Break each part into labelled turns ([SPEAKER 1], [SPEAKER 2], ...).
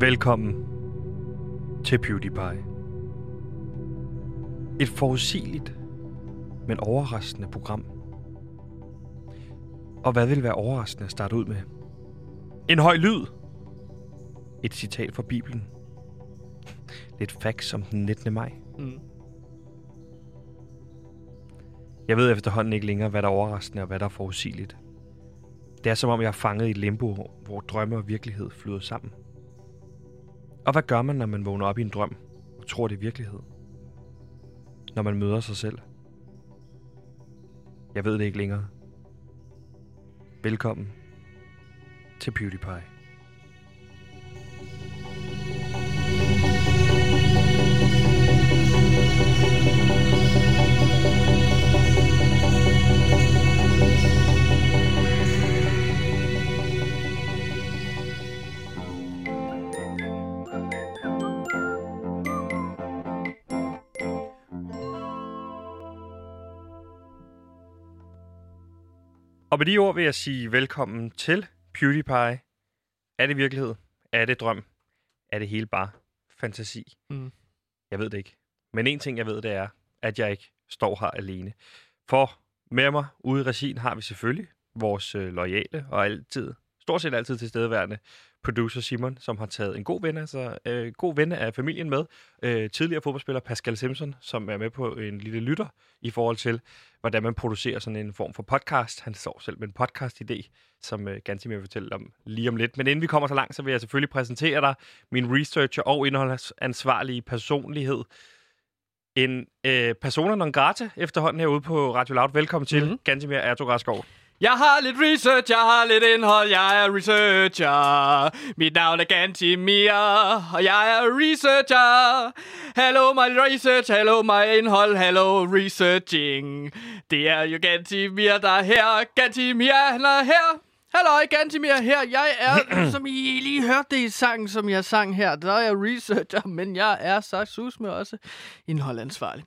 [SPEAKER 1] Velkommen til PewDiePie. Et forudsigeligt, men overraskende program. Og hvad vil være overraskende at starte ud med? En høj lyd. Et citat fra Bibelen. Det er et fax om den 19. maj.
[SPEAKER 2] Mm.
[SPEAKER 1] Jeg ved efterhånden ikke længere, hvad der er overraskende og hvad der er forudsigeligt. Det er som om, jeg er fanget i et limbo, hvor drømme og virkelighed flyder sammen. Og hvad gør man, når man vågner op i en drøm og tror, det er virkelighed? Når man møder sig selv? Jeg ved det ikke længere. Velkommen til PewDiePie. Og med de ord vil jeg sige velkommen til PewDiePie. Er det virkelighed? Er det drøm? Er det hele bare fantasi?
[SPEAKER 2] Mm.
[SPEAKER 1] Jeg ved det ikke. Men en ting, jeg ved, det er, at jeg ikke står her alene. For med mig ude i regien har vi selvfølgelig vores øh, loyale og altid, stort set altid tilstedeværende producer Simon, som har taget en god ven, altså øh, god ven af familien med, øh, tidligere fodboldspiller Pascal Simpson, som er med på en lille lytter i forhold til, hvordan man producerer sådan en form for podcast. Han står selv med en podcast-idé, som øh, Gansim vil fortælle om lige om lidt. Men inden vi kommer så langt, så vil jeg selvfølgelig præsentere dig min researcher og indholdsansvarlige personlighed. En øh, persona non grata efterhånden herude på Radio Loud. Velkommen til, mm-hmm.
[SPEAKER 2] Mhm.
[SPEAKER 1] Gansimir Erdogaskov.
[SPEAKER 2] Jeg har lidt research, jeg har lidt indhold, jeg er researcher. Mit navn er Gantimir, og jeg er researcher. Hello my research, hello my indhold, hello researching. Det er jo Gantimir, der er her. Gantimir, han er her. Hallo, Gantimir her. Jeg er, som I lige hørte det i sangen, som jeg sang her, der er jeg researcher, men jeg er så sus med også indholdansvarlig.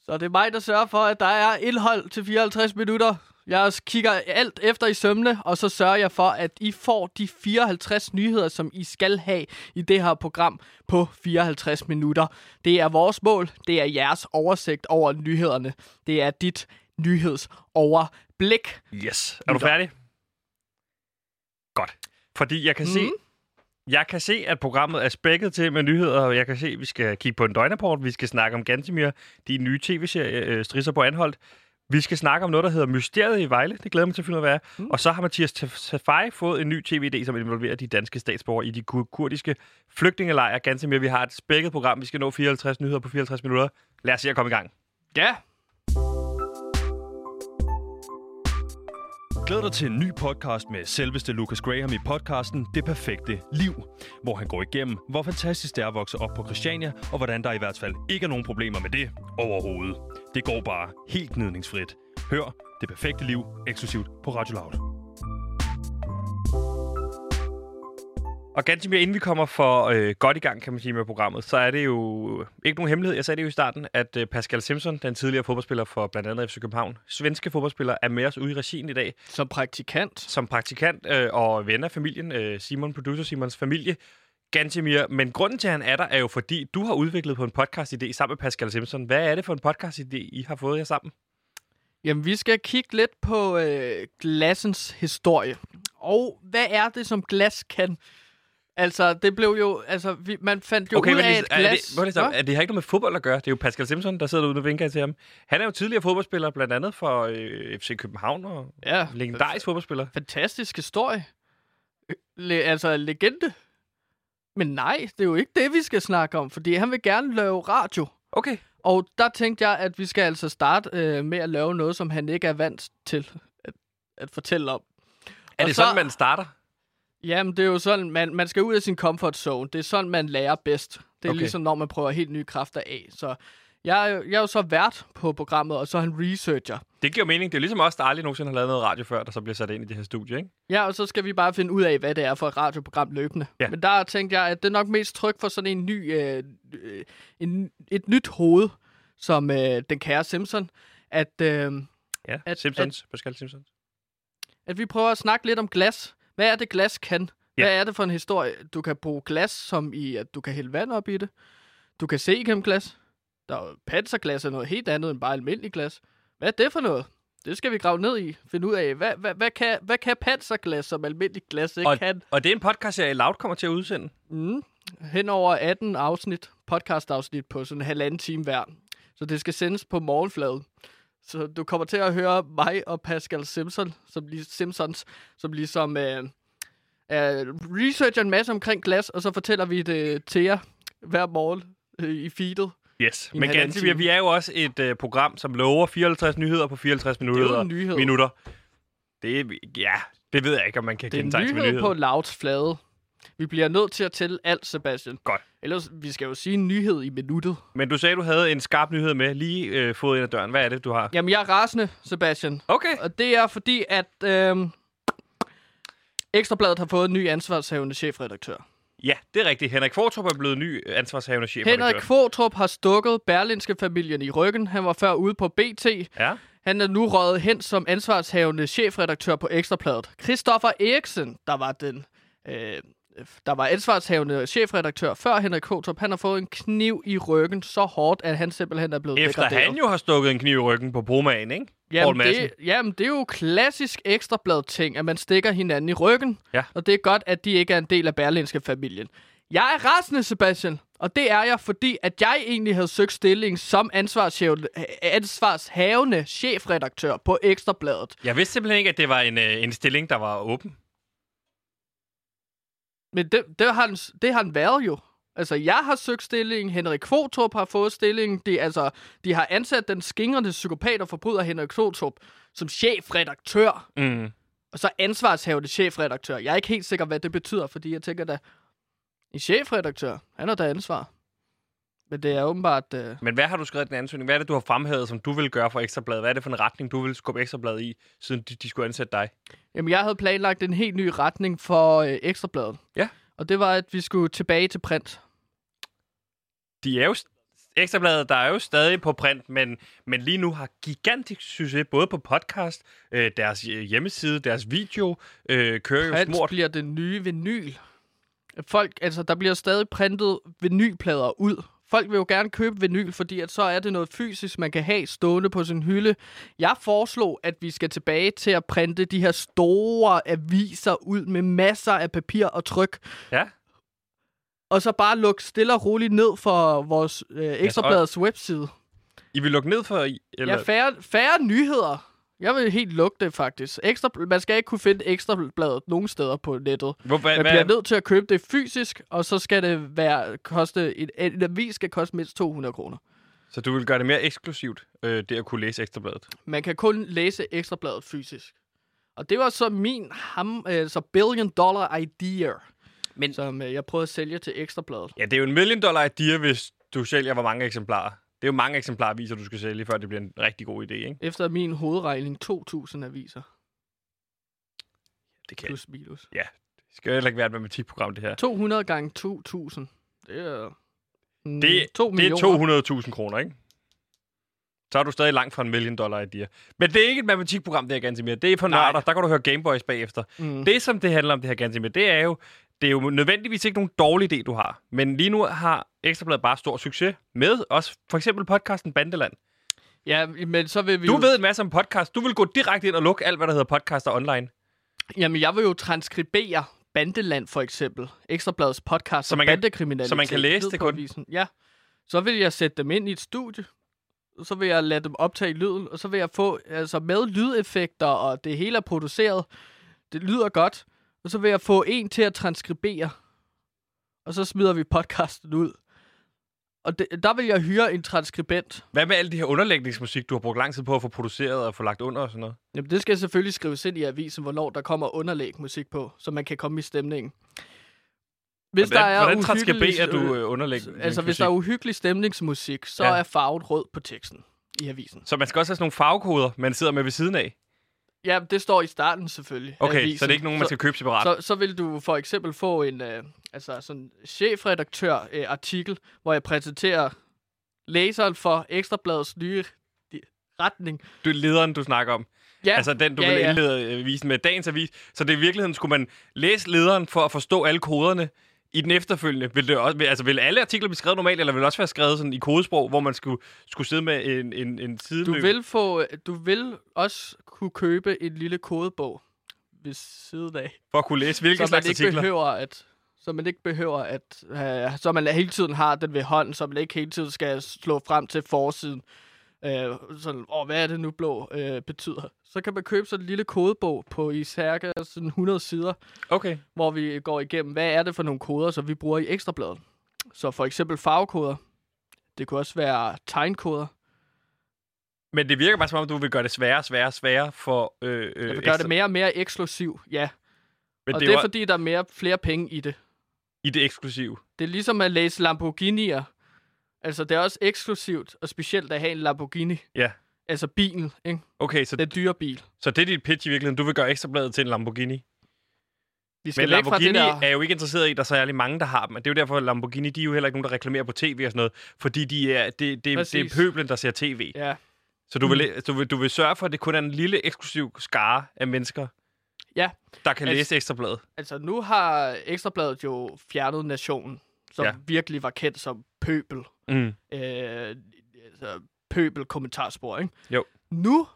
[SPEAKER 2] Så det er mig, der sørger for, at der er indhold til 54 minutter. Jeg også kigger alt efter i sømne, og så sørger jeg for, at I får de 54 nyheder, som I skal have i det her program på 54 minutter. Det er vores mål, det er jeres oversigt over nyhederne. Det er dit nyhedsoverblik.
[SPEAKER 1] Yes. Er du
[SPEAKER 2] Lytter.
[SPEAKER 1] færdig? Godt. Fordi jeg kan mm. se,
[SPEAKER 2] Mhm.
[SPEAKER 1] jeg kan se, at programmet er spækket til med nyheder, og jeg kan se, at vi skal kigge på en døgnrapport, vi skal snakke om Gantemir, de nye tv-serie øh, Strisser på Anholdt, vi skal snakke om noget, der hedder Mysteriet i Vejle, det glæder jeg mig til at finde ud af, hvad er. og så har Mathias Tafai fået en ny tv-idé, som involverer de danske statsborgere i de kur- kurdiske flygtningelejre. Gantemir, vi har et spækket program, vi skal nå 54 nyheder på 54 minutter. Lad os se at komme i gang.
[SPEAKER 2] Ja,
[SPEAKER 3] Glæd dig til en ny podcast med selveste Lucas Graham i podcasten Det Perfekte Liv, hvor han går igennem, hvor fantastisk det er at vokse op på Christiania, og hvordan der i hvert fald ikke er nogen problemer med det overhovedet. Det går bare helt gnidningsfrit. Hør Det Perfekte Liv eksklusivt på Radio Loud.
[SPEAKER 1] Og ganske mere inden vi kommer for øh, godt i gang, kan man sige, med programmet, så er det jo ikke nogen hemmelighed. Jeg sagde det jo i starten, at øh, Pascal Simpson, den tidligere fodboldspiller for blandt andet FC København, svenske fodboldspiller, er med os ude i regien i dag
[SPEAKER 2] som praktikant.
[SPEAKER 1] som praktikant øh, og ven af familien, øh, Simon, producer Simons familie. Gantemir, men grunden til, at han er der, er jo fordi, du har udviklet på en podcast-idé sammen med Pascal Simpson. Hvad er det for en podcast-idé, I har fået jer sammen?
[SPEAKER 2] Jamen, vi skal kigge lidt på øh, glassens historie. Og hvad er det, som glas kan? Altså, det blev jo... Altså, vi, man fandt jo ud
[SPEAKER 1] men
[SPEAKER 2] af,
[SPEAKER 1] lige-
[SPEAKER 2] at
[SPEAKER 1] er
[SPEAKER 2] glas...
[SPEAKER 1] det, hvor er det, så,
[SPEAKER 2] Hva?
[SPEAKER 1] er det har ikke noget med fodbold at gøre. Det er jo Pascal Simpson, der sidder ude og vinker til ham. Han er jo tidligere fodboldspiller, blandt andet for øh, FC København og
[SPEAKER 2] Ja,
[SPEAKER 1] legendarisk fodboldspiller.
[SPEAKER 2] fantastisk historie. Le, altså, legende. Men nej, det er jo ikke det, vi skal snakke om, fordi han vil gerne lave radio.
[SPEAKER 1] Okay.
[SPEAKER 2] Og der tænkte jeg, at vi skal altså starte øh, med at lave noget, som han ikke er vant til at, at fortælle om.
[SPEAKER 1] Er
[SPEAKER 2] Og
[SPEAKER 1] det
[SPEAKER 2] så-
[SPEAKER 1] sådan, man starter?
[SPEAKER 2] Jamen, det er jo sådan, man, man skal ud af sin comfort zone. Det er sådan, man lærer bedst. Det er
[SPEAKER 1] Okay.
[SPEAKER 2] okay. ligesom, når man prøver helt nye kræfter af. Så jeg, er jo- jeg er jo så vært på programmet, og så er han researcher.
[SPEAKER 1] Det giver mening. Det er ligesom os, der aldrig nogensinde har lavet noget radio før, der så bliver sat ind i det her studie, ikke?
[SPEAKER 2] Ja, og så skal vi bare finde ud af, hvad det er for et radioprogram løbende.
[SPEAKER 1] Ja.
[SPEAKER 2] Men der tænkte jeg, at det er nok mest tryg for sådan en ny, øh, øh, en, et nyt hoved, som øh, den kære Simpson, at, øh,
[SPEAKER 1] Ja,
[SPEAKER 2] At-
[SPEAKER 1] Simpsons. Pascal Simpsons.
[SPEAKER 2] at vi prøver at snakke lidt om glas. Hvad er det, glas kan?
[SPEAKER 1] Ja.
[SPEAKER 2] Hvad er det for en historie? Du kan bruge glas, som i, at du kan hælde vand op i det. Du kan se igennem glas. Der er jo panserglas er noget helt andet end bare almindelig glas. Hvad er det for noget? Det skal vi grave ned i. Finde ud af, hvad, hvad, hvad, kan, hvad kan panserglas, som almindelig glas ikke
[SPEAKER 1] Og,
[SPEAKER 2] kan?
[SPEAKER 1] og det er en podcast, jeg Loud kommer til at udsende.
[SPEAKER 2] Mm. Hen over 18 afsnit, podcast-afsnit på sådan en halvanden time hver. Så det skal sendes på morgenfladen. Så du kommer til at høre mig og Pascal Simpson, som lige, Simpsons, som ligesom øh, øh, researcher en masse omkring glas, og så fortæller vi det til jer hver morgen øh, i feedet.
[SPEAKER 1] Yes,
[SPEAKER 2] I en
[SPEAKER 1] men
[SPEAKER 2] halvanden
[SPEAKER 1] ganske, vi,
[SPEAKER 2] time.
[SPEAKER 1] vi er jo også et uh, program, som lover 54 nyheder på 54 minutter.
[SPEAKER 2] en nyhed.
[SPEAKER 1] minutter. Det er, ja, det ved jeg ikke, om man kan
[SPEAKER 2] Det er en
[SPEAKER 1] kende
[SPEAKER 2] nyhed,
[SPEAKER 1] nyhed.
[SPEAKER 2] på lavts flade. Vi bliver nødt til at tælle alt, Sebastian.
[SPEAKER 1] Godt.
[SPEAKER 2] Ellers, vi skal jo sige en nyhed i minuttet. Men...
[SPEAKER 1] Men du sagde, du havde en skarp nyhed med, lige øh, fået ind ad døren. Hvad er det, du har?
[SPEAKER 2] Jamen, jeg er rasende, Sebastian.
[SPEAKER 1] Okay.
[SPEAKER 2] Og det er fordi, at øhm, Ekstrabladet har fået en ny ansvarshavende chefredaktør.
[SPEAKER 1] Ja, det er rigtigt. Henrik Fortrup er blevet ny øh, ansvarshavende chef.
[SPEAKER 2] Henrik Kvartrup har stukket Berlinske familien i ryggen. Han var før ude på BT.
[SPEAKER 1] Ja.
[SPEAKER 2] Han er nu røget hen som ansvarshavende chefredaktør på Ekstrabladet. Christoffer Eriksen, der var den... Øh, der var ansvarshavende chefredaktør før Henrik Kvartrup. Han har fået en kniv i ryggen så hårdt, at han simpelthen er blevet
[SPEAKER 1] Efter
[SPEAKER 2] degraderet.
[SPEAKER 1] han jo har stukket en kniv i ryggen på Bromagen, ikke? Poul Madsen.
[SPEAKER 2] det, jamen, det er jo klassisk ekstrablad ting, at man stikker hinanden i ryggen.
[SPEAKER 1] Ja.
[SPEAKER 2] Og det er godt, at de ikke er en del af berlinske familien. Jeg er rasende, Sebastian. Og det er jeg, fordi at jeg egentlig havde søgt stilling som ansvarshavende, ansvarshavende chefredaktør på Ekstrabladet.
[SPEAKER 1] Jeg vidste simpelthen ikke, at det var en, øh, en stilling, der var åben.
[SPEAKER 2] Men det, det, har, den, det har den været jo. Altså, jeg har søgt stillingen, Henrik Kvotorup har fået stillingen. De, altså, de har ansat den skingrende psykopat og forbryder Henrik Kvotorup som chefredaktør.
[SPEAKER 1] Mm.
[SPEAKER 2] Og så ansvarshavende chefredaktør. Jeg er ikke helt sikker, hvad det betyder, fordi jeg tænker da, en chefredaktør, han har da ansvar. Men det er åbenbart... Øh,
[SPEAKER 1] Men hvad har du skrevet i den ansøgning? Hvad er det, du har fremhævet, som du vil gøre for Ekstrabladet? Hvad er det for en retning, du vil skubbe Ekstrabladet i, siden de, de skulle ansætte dig?
[SPEAKER 2] jamen, jeg havde planlagt en helt ny retning for øh, Ekstrabladet.
[SPEAKER 1] Ja.
[SPEAKER 2] Og det var, at vi skulle tilbage til print.
[SPEAKER 1] De er jo st- Ekstrabladet, der er jo stadig på print, men, men lige nu har gigantisk succes, både på podcast, øh, deres øh, hjemmeside, deres video, øh, kører jo
[SPEAKER 2] Print
[SPEAKER 1] smurt.
[SPEAKER 2] bliver det nye vinyl. Folk, altså, der bliver stadig printet vinylplader ud. Folk vil jo gerne købe vinyl, fordi at så er det noget fysisk, man kan have stående på sin hylde. Jeg foreslog, at vi skal tilbage til at printe de her store aviser ud med masser af papir og tryk.
[SPEAKER 1] Ja,
[SPEAKER 2] Og så bare lukke stille og roligt ned for vores øh, ekstrabladets webside.
[SPEAKER 1] I vil lukke ned for... I- Eller?
[SPEAKER 2] Ja, færre, færre nyheder. Jeg vil helt lukke det, faktisk. Ekstra, man skal ikke kunne finde ekstrabladet nogen steder på nettet.
[SPEAKER 1] Hvor, hvad,
[SPEAKER 2] Man bliver
[SPEAKER 1] hvad,
[SPEAKER 2] nødt til at købe det fysisk, og så skal det være, koste, en, en avis skal koste mindst 200 kroner.
[SPEAKER 1] så du vil gøre det mere eksklusivt, øh, det at kunne læse Ekstrabladet?
[SPEAKER 2] Man kan kun læse ekstrabladet fysisk. Og det var så min ham, øh, så billion dollar idea,
[SPEAKER 1] Men-
[SPEAKER 2] Men... som øh, jeg prøvede at sælge til ekstrabladet.
[SPEAKER 1] Ja, det er jo en million dollar idea, hvis du sælger hvor mange eksemplarer. Det er jo mange eksemplarer viser, du skal sælge, før det bliver en rigtig god idé, ikke?
[SPEAKER 2] Efter min hovedregning 2.000 aviser,
[SPEAKER 1] Det kan
[SPEAKER 2] plus minus.
[SPEAKER 1] Det skal jo heller ikke være et matematikprogram, det her.
[SPEAKER 2] 200 gange 2.000, det er... Mm,
[SPEAKER 1] Det-
[SPEAKER 2] to
[SPEAKER 1] Det
[SPEAKER 2] millioner.
[SPEAKER 1] er 200.000 kroner, ikke? Så er du stadig langt fra en million dollar idea. Men det er ikke et matematikprogram, det her Gantimir. Det er for
[SPEAKER 2] Nej.
[SPEAKER 1] nørder. Der kan du høre Gameboys bagefter.
[SPEAKER 2] Mm.
[SPEAKER 1] Det, som det handler om, det her Gantimir, det er jo, det er jo nødvendigvis ikke nogen dårlig idé, du har. Men lige nu har Ekstrabladet bare stor succes med også for eksempel podcasten Bandeland.
[SPEAKER 2] Ja, men så vil vi
[SPEAKER 1] Du
[SPEAKER 2] jo...
[SPEAKER 1] ved en masse om podcast. Du vil gå direkte ind og lukke alt, hvad der hedder podcaster online.
[SPEAKER 2] Jamen, jeg vil jo transkribere Bandeland, for eksempel. Ekstrabladets podcast
[SPEAKER 1] Så
[SPEAKER 2] så
[SPEAKER 1] man
[SPEAKER 2] man
[SPEAKER 1] kan-
[SPEAKER 2] bandekriminalitet.
[SPEAKER 1] så man kan læse
[SPEAKER 2] Lyd
[SPEAKER 1] det
[SPEAKER 2] på
[SPEAKER 1] kun?
[SPEAKER 2] avisen. Ja. Så vil jeg sætte dem ind i et studie. Så vil jeg lade dem optage lyden, og så vil jeg få, altså med lydeffekter, og det hele er produceret. Det lyder godt. Og så vil jeg få en til at transkribere. Og så smider vi podcasten ud. Og det, der vil jeg hyre en transkribent.
[SPEAKER 1] Hvad med alt det her underlægningsmusik, du har brugt lang tid på at få produceret og få lagt under og sådan noget?
[SPEAKER 2] Jamen, det skal selvfølgelig skrives ind i avisen, hvornår der kommer underlæg musik på, så man kan komme i stemningen. Hvis
[SPEAKER 1] hvordan,
[SPEAKER 2] der er
[SPEAKER 1] hvordan
[SPEAKER 2] uhyggelig-
[SPEAKER 1] transkriberer du
[SPEAKER 2] øh,
[SPEAKER 1] øh, underlægningsmusik?
[SPEAKER 2] Altså, hvis der er uhyggelig stemningsmusik, så
[SPEAKER 1] Ja.
[SPEAKER 2] ja. er farven rød på teksten i avisen.
[SPEAKER 1] Så man skal også have sådan nogle farvekoder, man sidder med ved siden af.
[SPEAKER 2] Ja, det står i starten selvfølgelig. af
[SPEAKER 1] Okay,
[SPEAKER 2] avisen.
[SPEAKER 1] så det er ikke nogen, man skal købe separat.
[SPEAKER 2] Så, så vil du for eksempel få en øh, altså sådan chefredaktør-artikel, hvor jeg præsenterer læseren for Ekstrabladets nye di- retning.
[SPEAKER 1] Du er lederen, du snakker om.
[SPEAKER 2] Ja.
[SPEAKER 1] Altså den, du
[SPEAKER 2] Ja,
[SPEAKER 1] ja,
[SPEAKER 2] ja.
[SPEAKER 1] ja. indleder øh, visen med dagens avis. Så det i virkeligheden skulle man læse lederen for at forstå alle koderne i den efterfølgende. Vil, det også, vil- altså, vil alle artikler blive skrevet normalt, eller vil det også være skrevet sådan i kodesprog, hvor man skulle, skulle sidde med en, en, en
[SPEAKER 2] Du
[SPEAKER 1] sideløb?
[SPEAKER 2] vil, få, du vil også kunne købe en lille kodebog ved siden af,
[SPEAKER 1] For at kunne læse, hvilke
[SPEAKER 2] så man
[SPEAKER 1] slags
[SPEAKER 2] ikke
[SPEAKER 1] artikler.
[SPEAKER 2] behøver at så man ikke behøver at have, så man hele tiden har den ved hånden, så man ikke hele tiden skal slå frem til forsiden. Øh, sådan, åh, hvad er det nu blå øh, betyder? Så kan man købe sådan en lille kodebog på i cirka sådan 100 sider,
[SPEAKER 1] Okay.
[SPEAKER 2] hvor vi går igennem, hvad er det for nogle koder, som vi bruger i ekstrabladet. Så for eksempel farvekoder. Det kunne også være tegnkoder.
[SPEAKER 1] Men det virker bare som om, du vil gøre det sværere og sværere og sværere for... Øh, øh,
[SPEAKER 2] Jeg vil gøre
[SPEAKER 1] ekstra-
[SPEAKER 2] Altså, det mere og mere eksklusiv, ja.
[SPEAKER 1] Men
[SPEAKER 2] og
[SPEAKER 1] det
[SPEAKER 2] det er
[SPEAKER 1] var
[SPEAKER 2] fordi, der er mere, flere penge i det.
[SPEAKER 1] i det eksklusive.
[SPEAKER 2] Det er ligesom at læse Lamborghini'er. Altså, det er også eksklusivt, og specielt at have en Lamborghini.
[SPEAKER 1] Ja.
[SPEAKER 2] Altså bilen, ikke?
[SPEAKER 1] Okay, så,
[SPEAKER 2] Den dyre bil.
[SPEAKER 1] så det er dit pitch i virkeligheden. Du vil gøre ekstrabladet til en Lamborghini.
[SPEAKER 2] Vi skal
[SPEAKER 1] Men
[SPEAKER 2] væk fra det
[SPEAKER 1] Lamborghini
[SPEAKER 2] der...
[SPEAKER 1] er jo ikke interesseret i, at der er særlig mange, der har dem. Det er jo derfor, at Lamborghini de er jo heller ikke nogen, der reklamerer på tv og sådan noget. Fordi de er, det, det, det
[SPEAKER 2] Præcis.
[SPEAKER 1] er pøblen, der ser tv.
[SPEAKER 2] Ja. Mm.
[SPEAKER 1] Så du vil, du, vil, du vil sørge for, at det kun er en lille eksklusiv skare af mennesker,
[SPEAKER 2] ja,
[SPEAKER 1] der kan
[SPEAKER 2] Altså-
[SPEAKER 1] læse ekstrabladet.
[SPEAKER 2] altså nu har Ekstrabladet jo fjernet Nationen, som ja.
[SPEAKER 1] Ja.
[SPEAKER 2] virkelig var kendt som pøbel.
[SPEAKER 1] Mm.
[SPEAKER 2] øh, altså, pøbel kommentarspor, ikke?
[SPEAKER 1] Jo.
[SPEAKER 2] Nu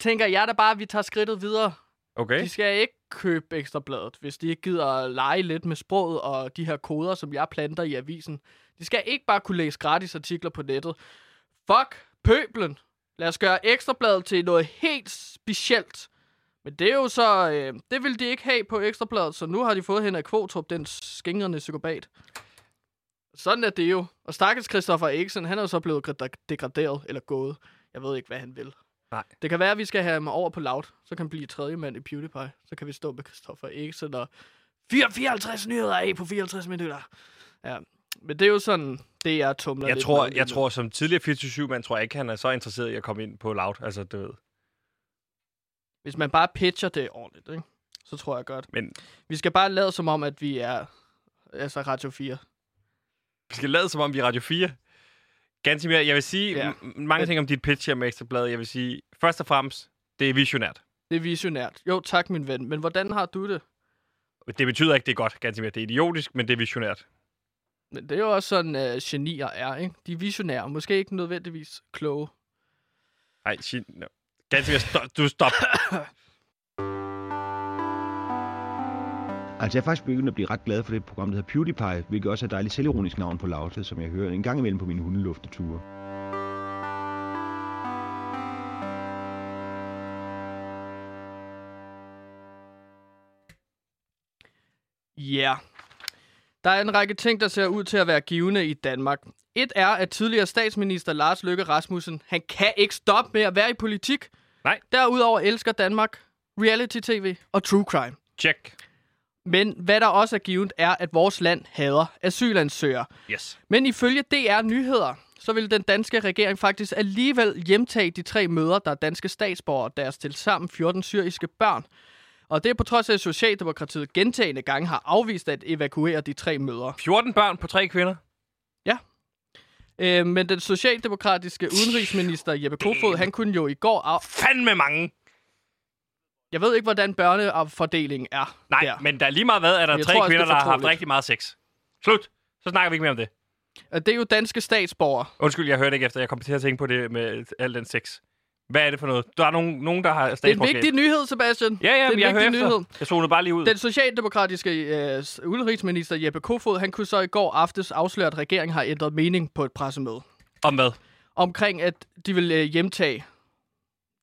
[SPEAKER 2] tænker jeg da bare, at vi tager skridtet videre.
[SPEAKER 1] Okay?
[SPEAKER 2] De skal ikke købe ekstrabladet, hvis de ikke gider at lege lidt med sproget og de her koder, som jeg planter i avisen. De skal ikke bare kunne læse gratis artikler på nettet. Fuck pøblen! Lad os gøre ekstrabladet til noget helt specielt. Men det er jo så... Øh, det vil de ikke have på ekstrabladet, så nu har de fået Henrik Kvotrup, den skingrende psykopat. Sådan er det jo. Og stakkels Christoffer Eriksen, han er jo så blevet greda- degraderet eller gået. Jeg ved ikke, hvad han vil.
[SPEAKER 1] Nej.
[SPEAKER 2] Det kan være, at vi skal have ham over på Loud. Så kan han blive tredje mand i PewDiePie. Så kan vi stå med Christoffer Eriksen og 4 54 nyheder af på 54 minutter. Ja. Men det er jo sådan, det er tumler
[SPEAKER 1] Jeg
[SPEAKER 2] lidt
[SPEAKER 1] tror,
[SPEAKER 2] med lige
[SPEAKER 1] jeg
[SPEAKER 2] nu.
[SPEAKER 1] tror som tidligere 24-7-mand, tror jeg ikke, han er så interesseret i at komme ind på Loud. Altså, du ved.
[SPEAKER 2] Hvis man bare pitcher det ordentligt, ikke? så tror jeg godt.
[SPEAKER 1] Men
[SPEAKER 2] Vi skal bare lade som om, at vi er altså Radio 4.
[SPEAKER 1] Vi skal lade som om, vi er Radio 4. Ganske mere. Jeg vil sige
[SPEAKER 2] Ja.
[SPEAKER 1] ja. mange ting om dit pitch her med Ekstrabladet. Jeg vil sige, først og fremmest, det er visionært.
[SPEAKER 2] Det er visionært. Jo, tak min ven. Men hvordan har du det?
[SPEAKER 1] Det betyder ikke, det er godt, ganske mere. Det er idiotisk, men det er visionært.
[SPEAKER 2] Men det er jo også sådan, øh, genier er, ikke? De er visionære. Måske ikke nødvendigvis kloge.
[SPEAKER 1] Nej, shit. No. Ganske mere, stop. Du stop.
[SPEAKER 4] Altså, jeg er faktisk begyndt at blive ret glad for det program, der hedder PewDiePie, hvilket også er et dejligt selvironisk navn på lautet, som jeg hører en gang imellem på mine hundelufteture.
[SPEAKER 2] Ja. Yeah. Der er en række ting, der ser ud til at være givende i Danmark. Et er, at tidligere statsminister Lars Løkke Rasmussen, han kan ikke stoppe med at være i politik.
[SPEAKER 1] Nej.
[SPEAKER 2] Derudover elsker Danmark reality-tv og true crime.
[SPEAKER 1] Check.
[SPEAKER 2] Men hvad der også er givet, er, at vores land hader asylansøgere.
[SPEAKER 1] Yes.
[SPEAKER 2] Men ifølge DR Nyheder, så vil den danske regering faktisk alligevel hjemtage de tre møder, der er danske statsborgere og deres tilsammen 14 syriske børn. Og det er på trods af, at Socialdemokratiet gentagende gange har afvist at evakuere de tre møder.
[SPEAKER 1] 14 børn på tre kvinder.
[SPEAKER 2] Øh, men den socialdemokratiske udenrigsminister Jeppe Kofod, han kunne jo i går... Af...
[SPEAKER 1] Fanden med mange.
[SPEAKER 2] Jeg ved ikke, hvordan børneopfordelingen er.
[SPEAKER 1] Nej,
[SPEAKER 2] der.
[SPEAKER 1] ja. men der er lige meget hvad, at der er
[SPEAKER 2] Jeg
[SPEAKER 1] tre
[SPEAKER 2] tror også,
[SPEAKER 1] kvinder,
[SPEAKER 2] det er
[SPEAKER 1] der har haft
[SPEAKER 2] fortroligt.
[SPEAKER 1] rigtig meget sex. Slut. Så snakker vi ikke mere om det.
[SPEAKER 2] Og Det er jo danske statsborgere.
[SPEAKER 1] Undskyld, jeg hørte ikke efter. Jeg kom til at tænke på det med al den sex. Hvad er det for noget? Der er nogen, nogen der har
[SPEAKER 2] Det er en
[SPEAKER 1] statsborgerskab.
[SPEAKER 2] vigtig nyhed, Sebastian.
[SPEAKER 1] Ja, ja,
[SPEAKER 2] det
[SPEAKER 1] men
[SPEAKER 2] er
[SPEAKER 1] jeg
[SPEAKER 2] en
[SPEAKER 1] hører
[SPEAKER 2] vigtig nyhed.
[SPEAKER 1] efter. Jeg zonede bare lige ud.
[SPEAKER 2] Den socialdemokratiske øh, s- udenrigsminister Jeppe Kofod, han kunne så i går aftes afsløre, at regeringen har ændret mening på et pressemøde.
[SPEAKER 1] Om hvad?
[SPEAKER 2] Omkring, at de vil øh, hjemtage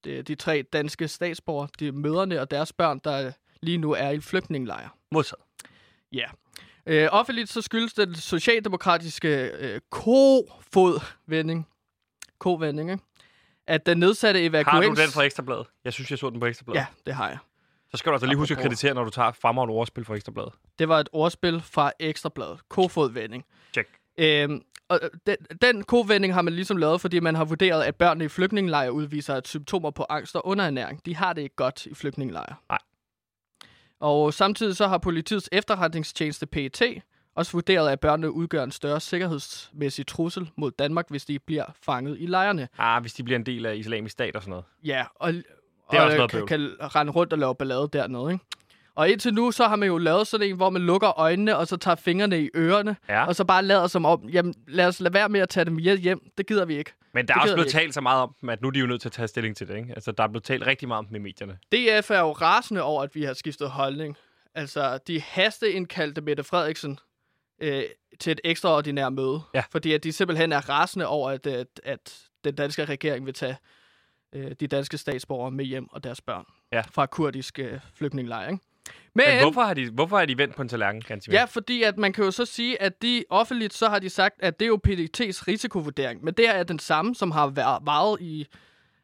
[SPEAKER 2] de, de tre danske statsborgere, de møderne og deres børn, der øh, lige nu er i flygtningelejre.
[SPEAKER 1] Modtaget.
[SPEAKER 2] Ja. Øh, offentligt så skyldes den socialdemokratiske øh, kofodvending, kovending, ikke? at den nedsatte
[SPEAKER 1] Har
[SPEAKER 2] evakuerings...
[SPEAKER 1] du den fra Ekstrabladet? Jeg synes, jeg så den på Ekstrabladet.
[SPEAKER 2] Ja,
[SPEAKER 1] Ja.
[SPEAKER 2] det har jeg.
[SPEAKER 1] Så skal du altså lige huske at
[SPEAKER 2] Apropos.
[SPEAKER 1] kreditere, når du tager fremragende ordspil fra Ekstrabladet.
[SPEAKER 2] Det var et ordspil fra Ekstrabladet. Kofodvending.
[SPEAKER 1] Check.
[SPEAKER 2] Øhm, og øh, den, den kovending har man ligesom lavet, fordi man har vurderet, at børnene i flygtningelejre udviser at symptomer på angst og underernæring. De har det ikke godt i flygtningelejre.
[SPEAKER 1] Nej.
[SPEAKER 2] Og samtidig så har politiets efterretningstjeneste PET også vurderet, at børnene udgør en større sikkerhedsmæssig trussel mod Danmark, hvis de bliver fanget i lejrene.
[SPEAKER 1] Ah, hvis de bliver en del af islamisk stat og sådan noget.
[SPEAKER 2] Ja, og,
[SPEAKER 1] Det er
[SPEAKER 2] og
[SPEAKER 1] også noget
[SPEAKER 2] kan, kan rende rundt og lave ballade dernede, ikke? Og indtil nu, så har man jo lavet sådan en, hvor man lukker øjnene, og så tager fingrene i ørerne,
[SPEAKER 1] Ja.
[SPEAKER 2] og så bare lader som om, jamen lad os lade være med at tage dem med hjem. Det gider vi ikke.
[SPEAKER 1] Men der
[SPEAKER 2] Det
[SPEAKER 1] er også
[SPEAKER 2] gider
[SPEAKER 1] blevet
[SPEAKER 2] vi ikke.
[SPEAKER 1] talt så meget om dem, at nu er de jo nødt til at tage stilling til det. Ikke? Altså, der er blevet talt rigtig meget om dem i medierne.
[SPEAKER 2] DF er jo rasende over, at vi har skiftet holdning. Altså, de hasteindkaldte Mette Frederiksen øh, til et ekstraordinært møde.
[SPEAKER 1] Ja.
[SPEAKER 2] Fordi at de simpelthen er rasende over, at, at, at den danske regering vil tage øh, de danske statsborgere med hjem og deres børn
[SPEAKER 1] Ja.
[SPEAKER 2] fra kurdisk øh, flygtningelejr. Ikke? Øh,
[SPEAKER 1] Men hvorfor har de, hvorfor har de vendt på en tallerken, Gansimir?
[SPEAKER 2] Ja, fordi at man kan jo så sige, at de offentligt så har de sagt, at det er jo PDT's risikovurdering, men det her er den samme, som har været varet i,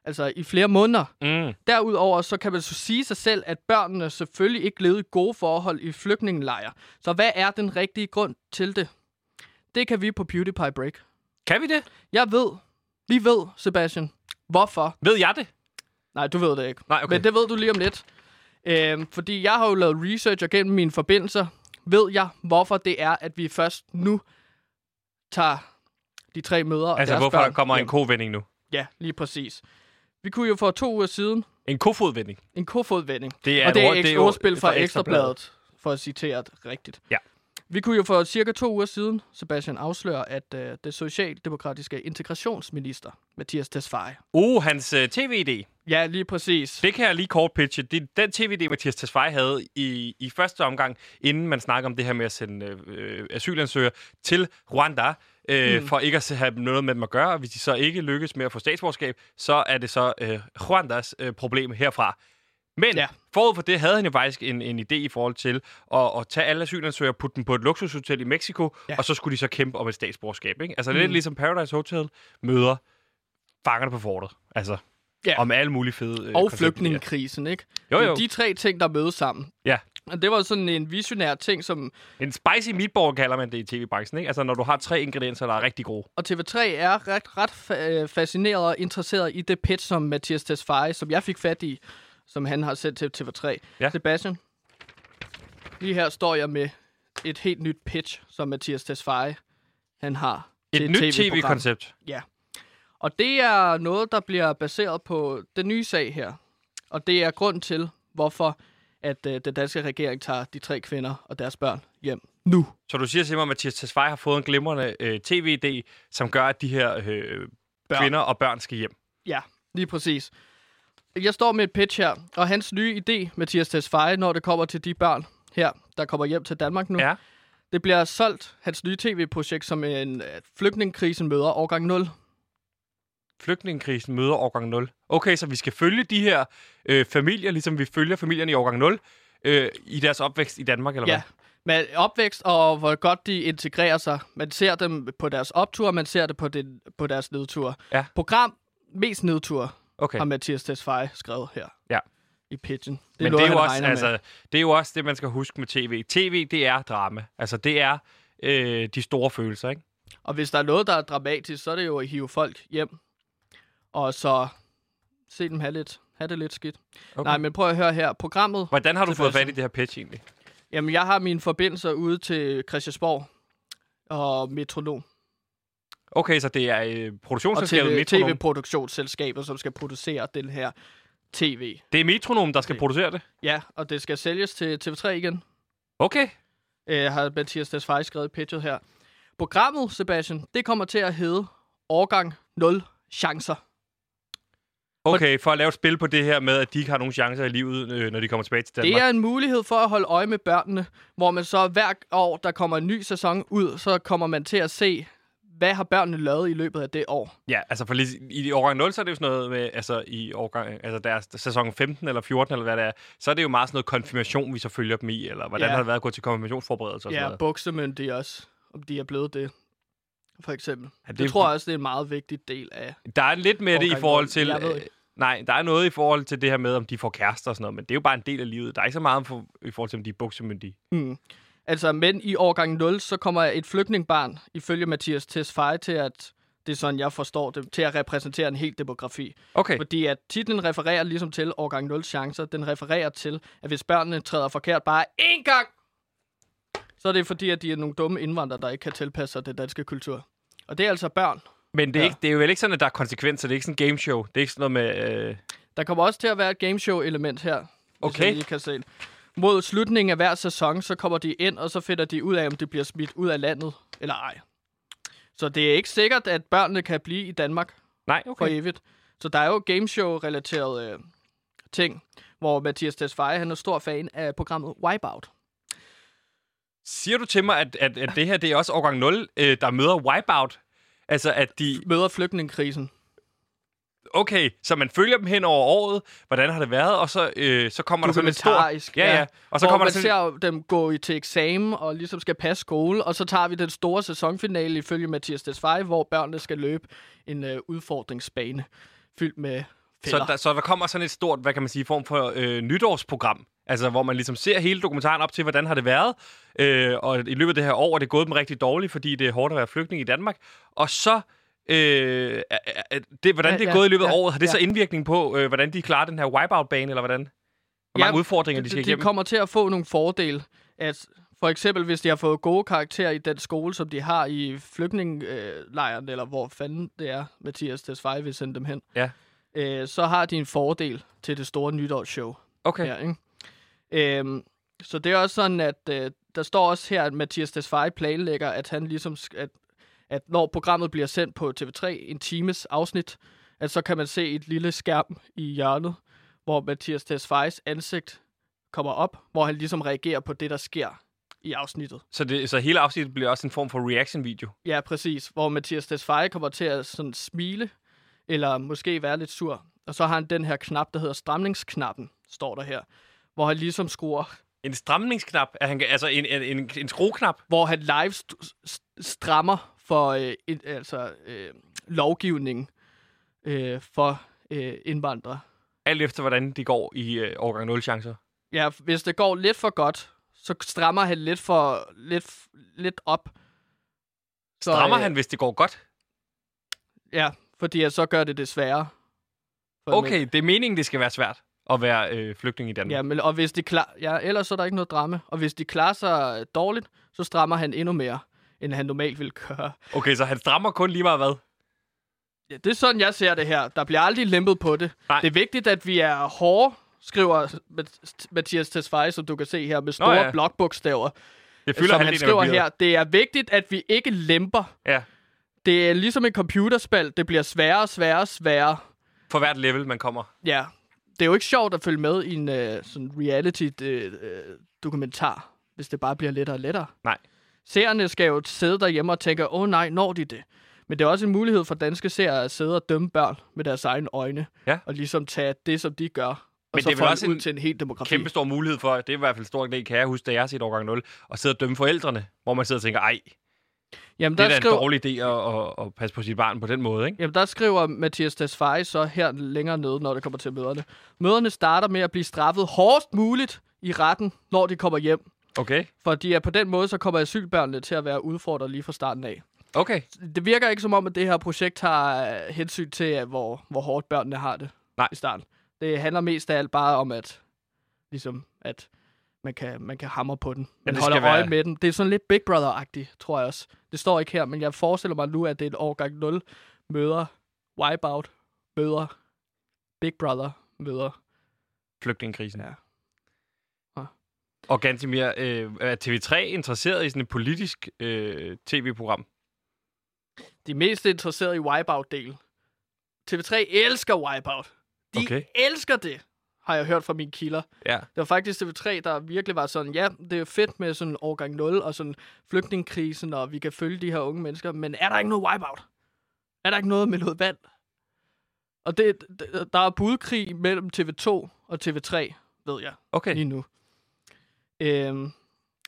[SPEAKER 2] altså i flere måneder.
[SPEAKER 1] Mm.
[SPEAKER 2] Derudover så kan man så sige sig selv, at børnene selvfølgelig ikke levede i gode forhold i flygtningelejre. Så hvad er den rigtige grund til det? Det kan vi på PewDiePie Break.
[SPEAKER 1] Kan vi det?
[SPEAKER 2] Jeg ved, vi ved, Sebastian, hvorfor.
[SPEAKER 1] Ved jeg det?
[SPEAKER 2] Nej, du ved det ikke.
[SPEAKER 1] Nej, okay.
[SPEAKER 2] Men det ved du lige om lidt. Øhm, fordi jeg har jo lavet research, og gennem mine forbindelser ved jeg, hvorfor det er, at vi først nu tager de tre møder og
[SPEAKER 1] Altså,
[SPEAKER 2] deres
[SPEAKER 1] hvorfor
[SPEAKER 2] børn
[SPEAKER 1] kommer en
[SPEAKER 2] hjem.
[SPEAKER 1] kovending nu?
[SPEAKER 2] Ja, lige præcis. Vi kunne jo for to uger siden
[SPEAKER 1] En kofodvending.
[SPEAKER 2] en kofodvending.
[SPEAKER 1] Det
[SPEAKER 2] og det er
[SPEAKER 1] ord-
[SPEAKER 2] et
[SPEAKER 1] jo
[SPEAKER 2] ordspil fra
[SPEAKER 1] Ekstra Bladet.
[SPEAKER 2] Ekstrabladet, for at citere det rigtigt.
[SPEAKER 1] Ja.
[SPEAKER 2] Vi kunne jo for cirka to uger siden, Sebastian afslører, at øh, det socialdemokratiske integrationsminister, Mathias Tesfaye.
[SPEAKER 1] Uh, hans uh, tv-idé.
[SPEAKER 2] Ja, lige præcis.
[SPEAKER 1] Det kan jeg lige kort pitche. Det er den tv-idé, Mathias Tesfaye havde i, i første omgang, inden man snakker om det her med at sende øh, øh, asylansøgere til Rwanda, øh, mm. for ikke at se- have noget med dem at gøre. Og hvis de så ikke lykkes med at få statsborgerskab, så er det så øh, Rwandas øh, problem herfra. Men ja.
[SPEAKER 2] Ja.
[SPEAKER 1] forud for det havde han jo faktisk en, en idé i forhold til at, at tage alle asylansøgere, putte dem på et luksushotel i Mexico, ja.
[SPEAKER 2] Ja.
[SPEAKER 1] og så skulle de så kæmpe om et statsborgerskab. Ikke? Altså mm.
[SPEAKER 2] Mm.
[SPEAKER 1] lidt ligesom Paradise Hotel møder fangerne på fortet. Altså ja.
[SPEAKER 2] Ja.
[SPEAKER 1] om alle mulige fede... øh,
[SPEAKER 2] og
[SPEAKER 1] koncepter, ja.
[SPEAKER 2] flygtningekrisen, ikke?
[SPEAKER 1] Jo,
[SPEAKER 2] Det er
[SPEAKER 1] jo.
[SPEAKER 2] De tre ting, der mødes sammen.
[SPEAKER 1] Ja.
[SPEAKER 2] Og det var sådan en visionær ting, som...
[SPEAKER 1] En spicy meatball kalder man det i tv-branchen, ikke? Altså, når du har tre ingredienser, der er rigtig gode.
[SPEAKER 2] Og TV3 er ret, ret fa- øh, fascineret og interesseret i det pitch, som Mathias Tesfaye, som jeg fik fat i, som han har sendt til TV3.
[SPEAKER 1] Ja.
[SPEAKER 2] Sebastian, lige her står jeg med et helt nyt pitch, som Mathias Tesfaye, han har
[SPEAKER 1] Et
[SPEAKER 2] til
[SPEAKER 1] nyt
[SPEAKER 2] TV-program.
[SPEAKER 1] tv-koncept.
[SPEAKER 2] Og det er noget, der bliver baseret på den nye sag her. Og det er grund til, hvorfor at øh, den danske regering tager de tre kvinder og deres børn hjem nu.
[SPEAKER 1] Så du siger simpelthen, at Mathias Tesfaye har fået en glimrende øh, tv-idé, som gør, at de her øh,
[SPEAKER 2] Børn.
[SPEAKER 1] kvinder og børn skal hjem.
[SPEAKER 2] Ja, lige præcis. Jeg står med et pitch her, og hans nye idé, Mathias Tesfaye, når det kommer til de børn her, der kommer hjem til Danmark nu.
[SPEAKER 1] Ja.
[SPEAKER 2] Det bliver solgt, hans nye tv-projekt, som en øh, flygtningekrisen møder årgang 0.
[SPEAKER 1] Flygtningekrisen møder årgang 0. Okay, så vi skal følge de her øh, familier, ligesom vi følger familierne i årgang 0, øh, i deres opvækst i Danmark, eller
[SPEAKER 2] Ja, med opvækst og hvor godt de integrerer sig. Man ser dem på deres optur, man ser det på, den, på deres nedtur.
[SPEAKER 1] Ja.
[SPEAKER 2] Program mest nedtur, okay.
[SPEAKER 1] hvad? Okay.
[SPEAKER 2] har Mathias Tesfaye skrevet her
[SPEAKER 1] Ja.
[SPEAKER 2] i pitchen. Det
[SPEAKER 1] Men
[SPEAKER 2] noget,
[SPEAKER 1] det er, jo
[SPEAKER 2] han
[SPEAKER 1] også,
[SPEAKER 2] regner med.
[SPEAKER 1] altså, det er jo også det, man skal huske med tv. TV, det er drama. Altså, det er øh, de store følelser, ikke?
[SPEAKER 2] Og hvis der er noget, der er dramatisk, så er det jo at hive folk hjem. Og så se dem have, lidt, have det lidt skidt.
[SPEAKER 1] Okay.
[SPEAKER 2] Okay. Nej, men prøv at høre her. Programmet,
[SPEAKER 1] Hvordan har du fået fat i
[SPEAKER 2] Sebastian.
[SPEAKER 1] det her pitch, egentlig?
[SPEAKER 2] jamen jeg har mine forbindelser ude til Christiansborg og Metronom.
[SPEAKER 1] Okay, så det er øh,
[SPEAKER 2] og
[SPEAKER 1] produktionsselskabet
[SPEAKER 2] TV,
[SPEAKER 1] Metronom.
[SPEAKER 2] TV-produktionsselskabet, som skal producere den her tv.
[SPEAKER 1] Det er Metronom, der skal
[SPEAKER 2] Det-
[SPEAKER 1] producere det.
[SPEAKER 2] Ja, og det skal sælges til TV3 igen,
[SPEAKER 1] Okay.
[SPEAKER 2] øh, har Mathias Tesfaye skrevet i pitchet her. Programmet, Sebastian, det kommer til at hedde Årgang 0 Chancer.
[SPEAKER 1] Okay, for at lave et spil på det her med, at de ikke har nogen chancer i livet, øh, når de kommer tilbage til Danmark.
[SPEAKER 2] Det er en mulighed for at holde øje med børnene, hvor man så hver år, der kommer en ny sæson ud, så kommer man til at se, hvad har børnene lavet i løbet af det år.
[SPEAKER 1] Ja, altså for lige, i årgang 0, så er det jo sådan noget med, altså i årgang, altså deres sæson 15 eller 14 eller hvad det er, så er det jo meget sådan noget konfirmation, vi så følger dem i, eller hvordan
[SPEAKER 2] Ja.
[SPEAKER 1] har det været at gå til konfirmationsforberedelser og sådan
[SPEAKER 2] Ja,
[SPEAKER 1] noget.
[SPEAKER 2] buksemyndige også, om de er blevet det, for eksempel.
[SPEAKER 1] Ja,
[SPEAKER 2] Ja,
[SPEAKER 1] det-
[SPEAKER 2] det, det tror jeg også, det er en meget vigtig del af...
[SPEAKER 1] Der er lidt med det i
[SPEAKER 2] Årgang
[SPEAKER 1] forhold
[SPEAKER 2] nul.
[SPEAKER 1] til...
[SPEAKER 2] Jeg ved
[SPEAKER 1] øh,
[SPEAKER 2] ikke.
[SPEAKER 1] Nej, der er noget i forhold til det her med, om de får kærester og sådan noget, men det er jo bare en del af livet. Der er ikke så meget om for, i forhold til, om de er buksemyndige.
[SPEAKER 2] Mm. Altså, men i årgang 0, så kommer et flygtningbarn, ifølge Mathias Tesfaye, til at, det er sådan, jeg forstår det, til at repræsentere en hel demografi.
[SPEAKER 1] Okay,
[SPEAKER 2] Fordi at titlen refererer ligesom til årgang 0 chancer. Den refererer til, at hvis børnene træder forkert bare én gang, så er det fordi, at de er nogle dumme indvandrere, der ikke kan tilpasse sig den danske kultur. Og det er altså børn.
[SPEAKER 1] men det er,
[SPEAKER 2] Ja.
[SPEAKER 1] ikke, det er jo vel ikke sådan, at der er konsekvenser. Det er ikke sådan en gameshow. Det er ikke sådan noget med... Øh,
[SPEAKER 2] Der kommer også til at være et gameshow-element her. Hvis
[SPEAKER 1] Okay.
[SPEAKER 2] jeg lige kan se. det. Mod slutningen af hver sæson, så kommer de ind, og så finder de ud af, om det bliver smidt ud af landet eller ej. Så det er ikke sikkert, at børnene kan blive i Danmark
[SPEAKER 1] Nej,
[SPEAKER 2] for
[SPEAKER 1] okay.
[SPEAKER 2] evigt. Så der er jo gameshow-relaterede øh, ting, hvor Mathias Tesfaye, han er stor fan af programmet Wipeout.
[SPEAKER 1] Siger du til mig, at, at, at det her det er også årgang 0, øh, der møder Wipeout? Altså, at de...
[SPEAKER 2] Møder flygtningekrisen.
[SPEAKER 1] Okay, så man følger dem hen over året. Hvordan har det været? Og så, øh, så kommer der sådan en stor...
[SPEAKER 2] Dokumentarisk,
[SPEAKER 1] Ja,
[SPEAKER 2] ja.
[SPEAKER 1] ja. Og så
[SPEAKER 2] hvor
[SPEAKER 1] kommer der
[SPEAKER 2] man
[SPEAKER 1] sådan...
[SPEAKER 2] ser dem gå i til eksamen og ligesom skal passe skole, og så tager vi den store sæsonfinale ifølge Mathias Desfaye, hvor børnene skal løbe en øh, udfordringsbane fyldt med fælder.
[SPEAKER 1] Så der, så der kommer sådan et stort, hvad kan man sige, form for øh, nytårsprogram. Altså, hvor man ligesom ser hele dokumentaren op til, hvordan har det været. Øh, og i løbet af det her år er det gået dem rigtig dårligt, fordi det er hårdt at være flygtning i Danmark. Og så, øh, er- er- det, hvordan
[SPEAKER 2] Ja,
[SPEAKER 1] det er
[SPEAKER 2] ja,
[SPEAKER 1] gået i løbet af
[SPEAKER 2] ja,
[SPEAKER 1] året, har det
[SPEAKER 2] ja.
[SPEAKER 1] så indvirkning på, øh, hvordan de klarer den her wipeout-bane, eller hvordan? Hvor
[SPEAKER 2] Ja,
[SPEAKER 1] mange udfordringer de
[SPEAKER 2] de,
[SPEAKER 1] skal
[SPEAKER 2] de, de
[SPEAKER 1] igennem?
[SPEAKER 2] kommer til at få nogle fordele. At for eksempel, hvis de har fået gode karakterer i den skole, som de har i flygtningelejren, eller hvor fanden det er, Mathias Tesfaye vil sende dem hen,
[SPEAKER 1] Ja.
[SPEAKER 2] øh, så har de en fordel til det store nytårsshow.
[SPEAKER 1] Okay.
[SPEAKER 2] her, ikke? Øhm, så det er også sådan, at øh, der står også her, at Mathias Tesfaye planlægger, at han ligesom, sk- at, at når programmet bliver sendt på TV3, en times afsnit, at så kan man se et lille skærm i hjørnet, hvor Mathias Tesfayes ansigt kommer op, hvor han ligesom reagerer på det, der sker i afsnittet.
[SPEAKER 1] Så, det, så hele afsnittet bliver også en form for reaction-video.
[SPEAKER 2] Ja, præcis. Hvor Mathias Tesfaye kommer til at sådan smile, eller måske være lidt sur. Og så har han den her knap, der hedder stramningsknappen, står der her. Hvor han ligesom skruer
[SPEAKER 1] En stramningsknap, at han, kan- altså en, en, en, en skrueknap.
[SPEAKER 2] hvor han live st- st- strammer for øh, et, altså, øh, lovgivning øh, for øh, indvandrere.
[SPEAKER 1] Alt efter, hvordan de går i øh, årgang 0-chancer.
[SPEAKER 2] Ja, hvis det går lidt for godt, så strammer han lidt for lidt, f- lidt op. Så, øh,
[SPEAKER 1] Strammer han, hvis det går godt?
[SPEAKER 2] Ja, fordi at så gør det det sværere. for
[SPEAKER 1] Okay, det er meningen, det skal være svært at være øh, flygtning i Danmark.
[SPEAKER 2] Ja, men, og hvis de klar, ja, ellers så er der ikke noget drama. Og hvis de klarer sig øh, dårligt, så strammer han endnu mere, end han normalt ville gøre.
[SPEAKER 1] Okay, så han strammer kun lige meget hvad?
[SPEAKER 2] Ja, det er sådan, jeg ser det her. Der bliver aldrig lempet på det.
[SPEAKER 1] Nej.
[SPEAKER 2] Nej. Det er vigtigt, at vi er hårde, skriver Mat- Mathias Tesfaye, som du kan se her, med store
[SPEAKER 1] ja.
[SPEAKER 2] ja. blokbogstaver,
[SPEAKER 1] Det fylder
[SPEAKER 2] som han
[SPEAKER 1] halvdelen af
[SPEAKER 2] skriver
[SPEAKER 1] papiret.
[SPEAKER 2] her. Det er vigtigt, at vi ikke lemper.
[SPEAKER 1] Ja,
[SPEAKER 2] Det er ligesom et computerspil. Det bliver sværere og sværere og sværere.
[SPEAKER 1] for hvert level, man kommer.
[SPEAKER 2] Ja. Det er jo ikke sjovt at følge med i en øh, sådan reality-dokumentar, hvis det bare bliver lettere og lettere.
[SPEAKER 1] Nej.
[SPEAKER 2] Seerne skal jo sidde derhjemme og tænke, åh oh, nej, når de det? Men det er også en mulighed for danske seere at sidde og dømme børn med deres egne øjne.
[SPEAKER 1] Ja.
[SPEAKER 2] Og ligesom tage det, som de gør, og
[SPEAKER 1] Men
[SPEAKER 2] så
[SPEAKER 1] det er vel
[SPEAKER 2] få
[SPEAKER 1] også
[SPEAKER 2] ud
[SPEAKER 1] en
[SPEAKER 2] til en helt demografi.
[SPEAKER 1] Kæmpe stor mulighed for, det er i hvert fald en stor del, kan jeg huske, da jeg har set årgang 0, og sidde og dømme forældrene, hvor man sidder og tænker, ej, det
[SPEAKER 2] Jamen,
[SPEAKER 1] er
[SPEAKER 2] der,
[SPEAKER 1] da en
[SPEAKER 2] skriver,
[SPEAKER 1] dårlig idé at, at, at passe på sit barn på den måde, ikke?
[SPEAKER 2] jamen, der skriver Mathias Tesfaye så her længere nede, når det kommer til møderne. Møderne starter med at blive straffet hårdest muligt i retten, når de kommer hjem.
[SPEAKER 1] Okay,
[SPEAKER 2] Fordi at på den måde, så kommer asylbørnene til at være udfordret lige fra starten af.
[SPEAKER 1] okay.
[SPEAKER 2] Det virker ikke som om, at det her projekt har øh, hensyn til, at hvor, hvor hårdt børnene har det
[SPEAKER 1] Nej.
[SPEAKER 2] i starten. Det handler mest af alt bare om, at, ligesom, at man, kan, man kan hamre på den. Man
[SPEAKER 1] det
[SPEAKER 2] holder
[SPEAKER 1] skal
[SPEAKER 2] øje
[SPEAKER 1] være-
[SPEAKER 2] med den. Det er sådan lidt Big Brother-agtigt, tror jeg også. Det står ikke her, men jeg forestiller mig nu, at det er et årgang 0 møder, wipeout, møder, Big Brother møder.
[SPEAKER 1] Flygtningekrisen.
[SPEAKER 2] Ja. Nå.
[SPEAKER 1] Og ganske mere, øh, er TV3 interesseret i sådan et politisk øh, tv-program?
[SPEAKER 2] De er mest interesserede i Wipeout-delen. TV3 elsker Wipeout. De
[SPEAKER 1] Okay.
[SPEAKER 2] okay. elsker det, har jeg hørt fra mine kilder.
[SPEAKER 1] Ja.
[SPEAKER 2] Det var faktisk TV3, der virkelig var sådan, ja, det er fedt med sådan årgang 0 og sådan flygtningekrisen, og vi kan følge de her unge mennesker, men er der ikke noget Wipeout? Er der ikke noget med noget vand? Og det, d- der er budkrig mellem TV2 og TV3, ved jeg
[SPEAKER 1] Okay.
[SPEAKER 2] lige nu. Øhm,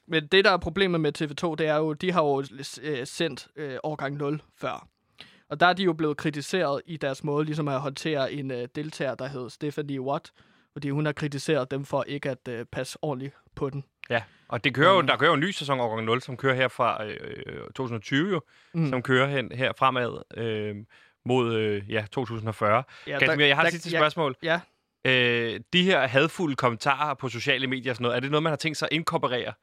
[SPEAKER 2] men det, der er problemet med TV2, det er jo, de har jo øh, sendt øh, årgang 0 før. Og der er de jo blevet kritiseret i deres måde ligesom at håndtere en øh, deltager, der hed Stephanie Watt, fordi hun har kritiseret dem for ikke at øh, passe ordentligt på den.
[SPEAKER 1] Ja, og det kører
[SPEAKER 2] Mm.
[SPEAKER 1] jo, der kører jo en ny sæson årgang 0, som kører her fra øh, 2020 jo, mm.
[SPEAKER 2] Mm.
[SPEAKER 1] som kører hen, her fremad øh, mod øh, ja, 2040.
[SPEAKER 2] Ja,
[SPEAKER 1] Ja, der, jeg har et sidste
[SPEAKER 2] ja,
[SPEAKER 1] spørgsmål.
[SPEAKER 2] Ja,
[SPEAKER 1] Øh, de her hadfulde kommentarer på sociale medier og sådan noget, er det noget, man har tænkt sig at inkorporere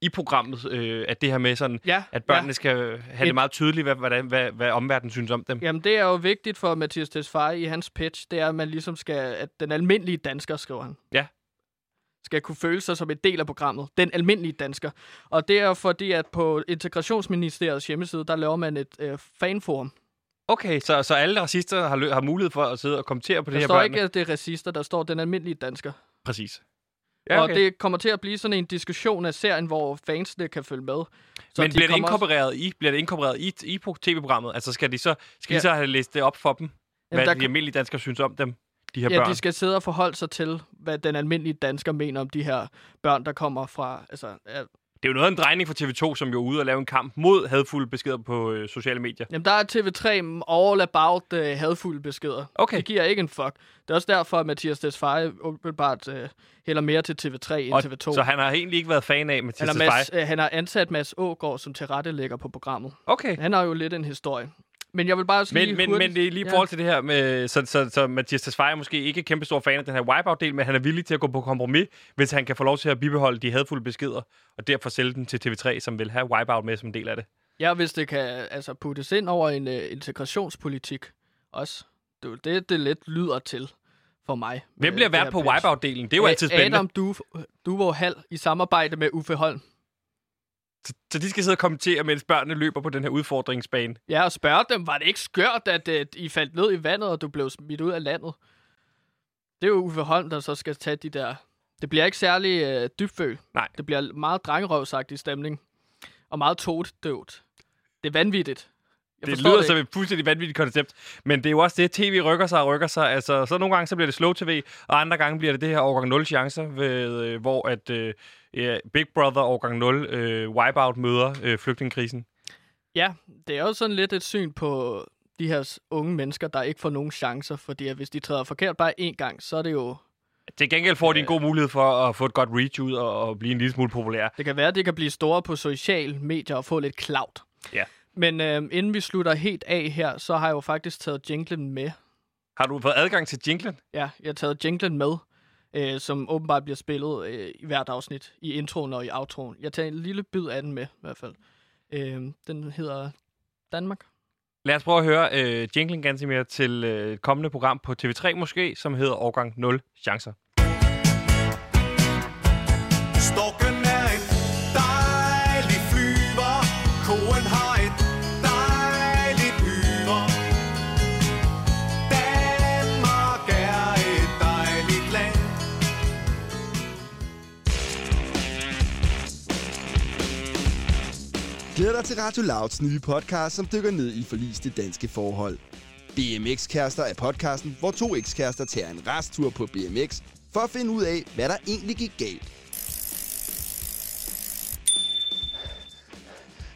[SPEAKER 1] i programmet, øh, at det her med sådan,
[SPEAKER 2] Ja,
[SPEAKER 1] at børnene ja. skal have det
[SPEAKER 2] Et-
[SPEAKER 1] meget tydeligt, hvad, hvordan, hvad, hvad omverdenen synes om dem. Ja.
[SPEAKER 2] Jamen, det er jo vigtigt for Mathias Tesfaye i hans pitch, det er, at man ligesom skal, at den almindelige dansker, skriver han.
[SPEAKER 1] Ja.
[SPEAKER 2] Skal kunne føle sig som en del af programmet. Den almindelige dansker. Og det er jo fordi, at på Integrationsministeriets hjemmeside, der laver man et øh, fanforum.
[SPEAKER 1] Okay, så, så alle racister har, lø- har mulighed for at sidde og kommentere på det
[SPEAKER 2] Der
[SPEAKER 1] her
[SPEAKER 2] står
[SPEAKER 1] børnene.
[SPEAKER 2] ikke, at det er racister, der står den almindelige dansker.
[SPEAKER 1] Præcis.
[SPEAKER 2] Ja, okay. Og det kommer til at blive sådan en diskussion af serien, hvor fansene kan følge med.
[SPEAKER 1] Så Men
[SPEAKER 2] de
[SPEAKER 1] bliver det,
[SPEAKER 2] kommer også-
[SPEAKER 1] inkorporeret i, bliver det inkorporeret i, i pro- tv-programmet? Altså skal de så, skal ja.
[SPEAKER 2] Ja.
[SPEAKER 1] de så have læst det op for dem? Hvad
[SPEAKER 2] der
[SPEAKER 1] Jamen, de
[SPEAKER 2] kom-
[SPEAKER 1] almindelige danskere synes om dem, de her
[SPEAKER 2] Ja,
[SPEAKER 1] børn?
[SPEAKER 2] de skal sidde og forholde sig til, hvad den almindelige dansker mener om de her børn, der kommer fra... Altså, ja.
[SPEAKER 1] Det er jo noget af en drejning for TV2, som jo er ude og lave en kamp mod hadfulde beskeder på øh, sociale medier.
[SPEAKER 2] Jamen, der er TV3 all about uh, hadfulde beskeder.
[SPEAKER 1] Okay.
[SPEAKER 2] Det giver ikke en fuck. Det er også derfor, at Mathias Desfaye åbenbart uh, hælder mere til TV3 end
[SPEAKER 1] Og,
[SPEAKER 2] TV2.
[SPEAKER 1] Så han har egentlig ikke været fan af Mathias
[SPEAKER 2] han,
[SPEAKER 1] Tesfaye.
[SPEAKER 2] er Mads, øh, han har ansat Mads Ågaard som tilrettelægger på programmet.
[SPEAKER 1] Okay.
[SPEAKER 2] Han har jo lidt en historie. Men jeg vil bare også lige
[SPEAKER 1] Men, men,
[SPEAKER 2] hurtigt...
[SPEAKER 1] men det er lige i
[SPEAKER 2] Ja.
[SPEAKER 1] forhold til det her, med, så, så, så Mathias Tesfaye er måske ikke kæmpe stor fan af den her wipeout-del, men han er villig til at gå på kompromis, hvis han kan få lov til at bibeholde de hadfulde beskeder, og derfor sælge dem til TV3, som vil have wipeout med som en del af det.
[SPEAKER 2] Ja, hvis det kan altså, puttes ind over en øh, integrationspolitik også. Det er jo det, det lidt lyder til for mig.
[SPEAKER 1] Hvem
[SPEAKER 2] med
[SPEAKER 1] bliver
[SPEAKER 2] Øh, det
[SPEAKER 1] vært
[SPEAKER 2] her
[SPEAKER 1] på
[SPEAKER 2] pitch.
[SPEAKER 1] wipeout-delen? Det er jo altid spændende.
[SPEAKER 2] Adam du, Duvo Hal i samarbejde med Uffe Holm.
[SPEAKER 1] Så, så de skal sidde og kommentere, mens børnene løber på den her udfordringsbane.
[SPEAKER 2] Ja, og spørge dem, var det ikke skørt, at uh, I faldt ned i vandet, og du blev smidt ud af landet? Det er jo Uffe Holm, der så skal tage de der... Det bliver ikke særlig uh, dybføl.
[SPEAKER 1] Nej.
[SPEAKER 2] Det bliver meget drengerøvsagtig stemning. Og meget totdøvt. Det er vanvittigt. Jeg
[SPEAKER 1] det
[SPEAKER 2] forstår
[SPEAKER 1] lyder
[SPEAKER 2] det
[SPEAKER 1] som
[SPEAKER 2] ikke.
[SPEAKER 1] et fuldstændig vanvittigt koncept, men det er jo også det, tv rykker sig og rykker sig. Altså, så nogle gange så bliver det slow tv, og andre gange bliver det det her årgang 0 chancer, ved, øh, hvor at, øh, ja, Big Brother årgang 0 øh, wipeout møder øh, flygtningekrisen.
[SPEAKER 2] Ja, det er jo sådan lidt et syn på de her s- unge mennesker, der ikke får nogen chancer, fordi at hvis de træder forkert bare én gang, så er det jo...
[SPEAKER 1] Til gengæld får de en god mulighed for at få et godt reach ud og, og blive en lille smule populær.
[SPEAKER 2] Det kan være, at det kan blive store på sociale medier og få lidt clout.
[SPEAKER 1] Ja.
[SPEAKER 2] Men øh, inden vi slutter helt af her, så har jeg jo faktisk taget jinglen med.
[SPEAKER 1] Har du fået adgang til jinglen?
[SPEAKER 2] Ja, jeg har taget jinglen med, øh, som åbenbart bliver spillet øh, i hvert afsnit, i introen og i outroen. Jeg tager en lille bid af den med, i hvert fald. Øh, den hedder Danmark.
[SPEAKER 1] Lad os prøve at høre øh, jinglen ganske mere til øh, et kommende program på TV3 måske, som hedder årgang 0 chancer.
[SPEAKER 5] Storken er en dejlig flyver Koen har et dejligt yver Danmark er et dejligt land
[SPEAKER 6] Glæder dig til Radio Louds nye podcast, som dykker ned i forliste danske forhold. BMX-kærester er podcasten, hvor to ekskærester tager en rastur på BMX for at finde ud af, hvad der egentlig gik galt.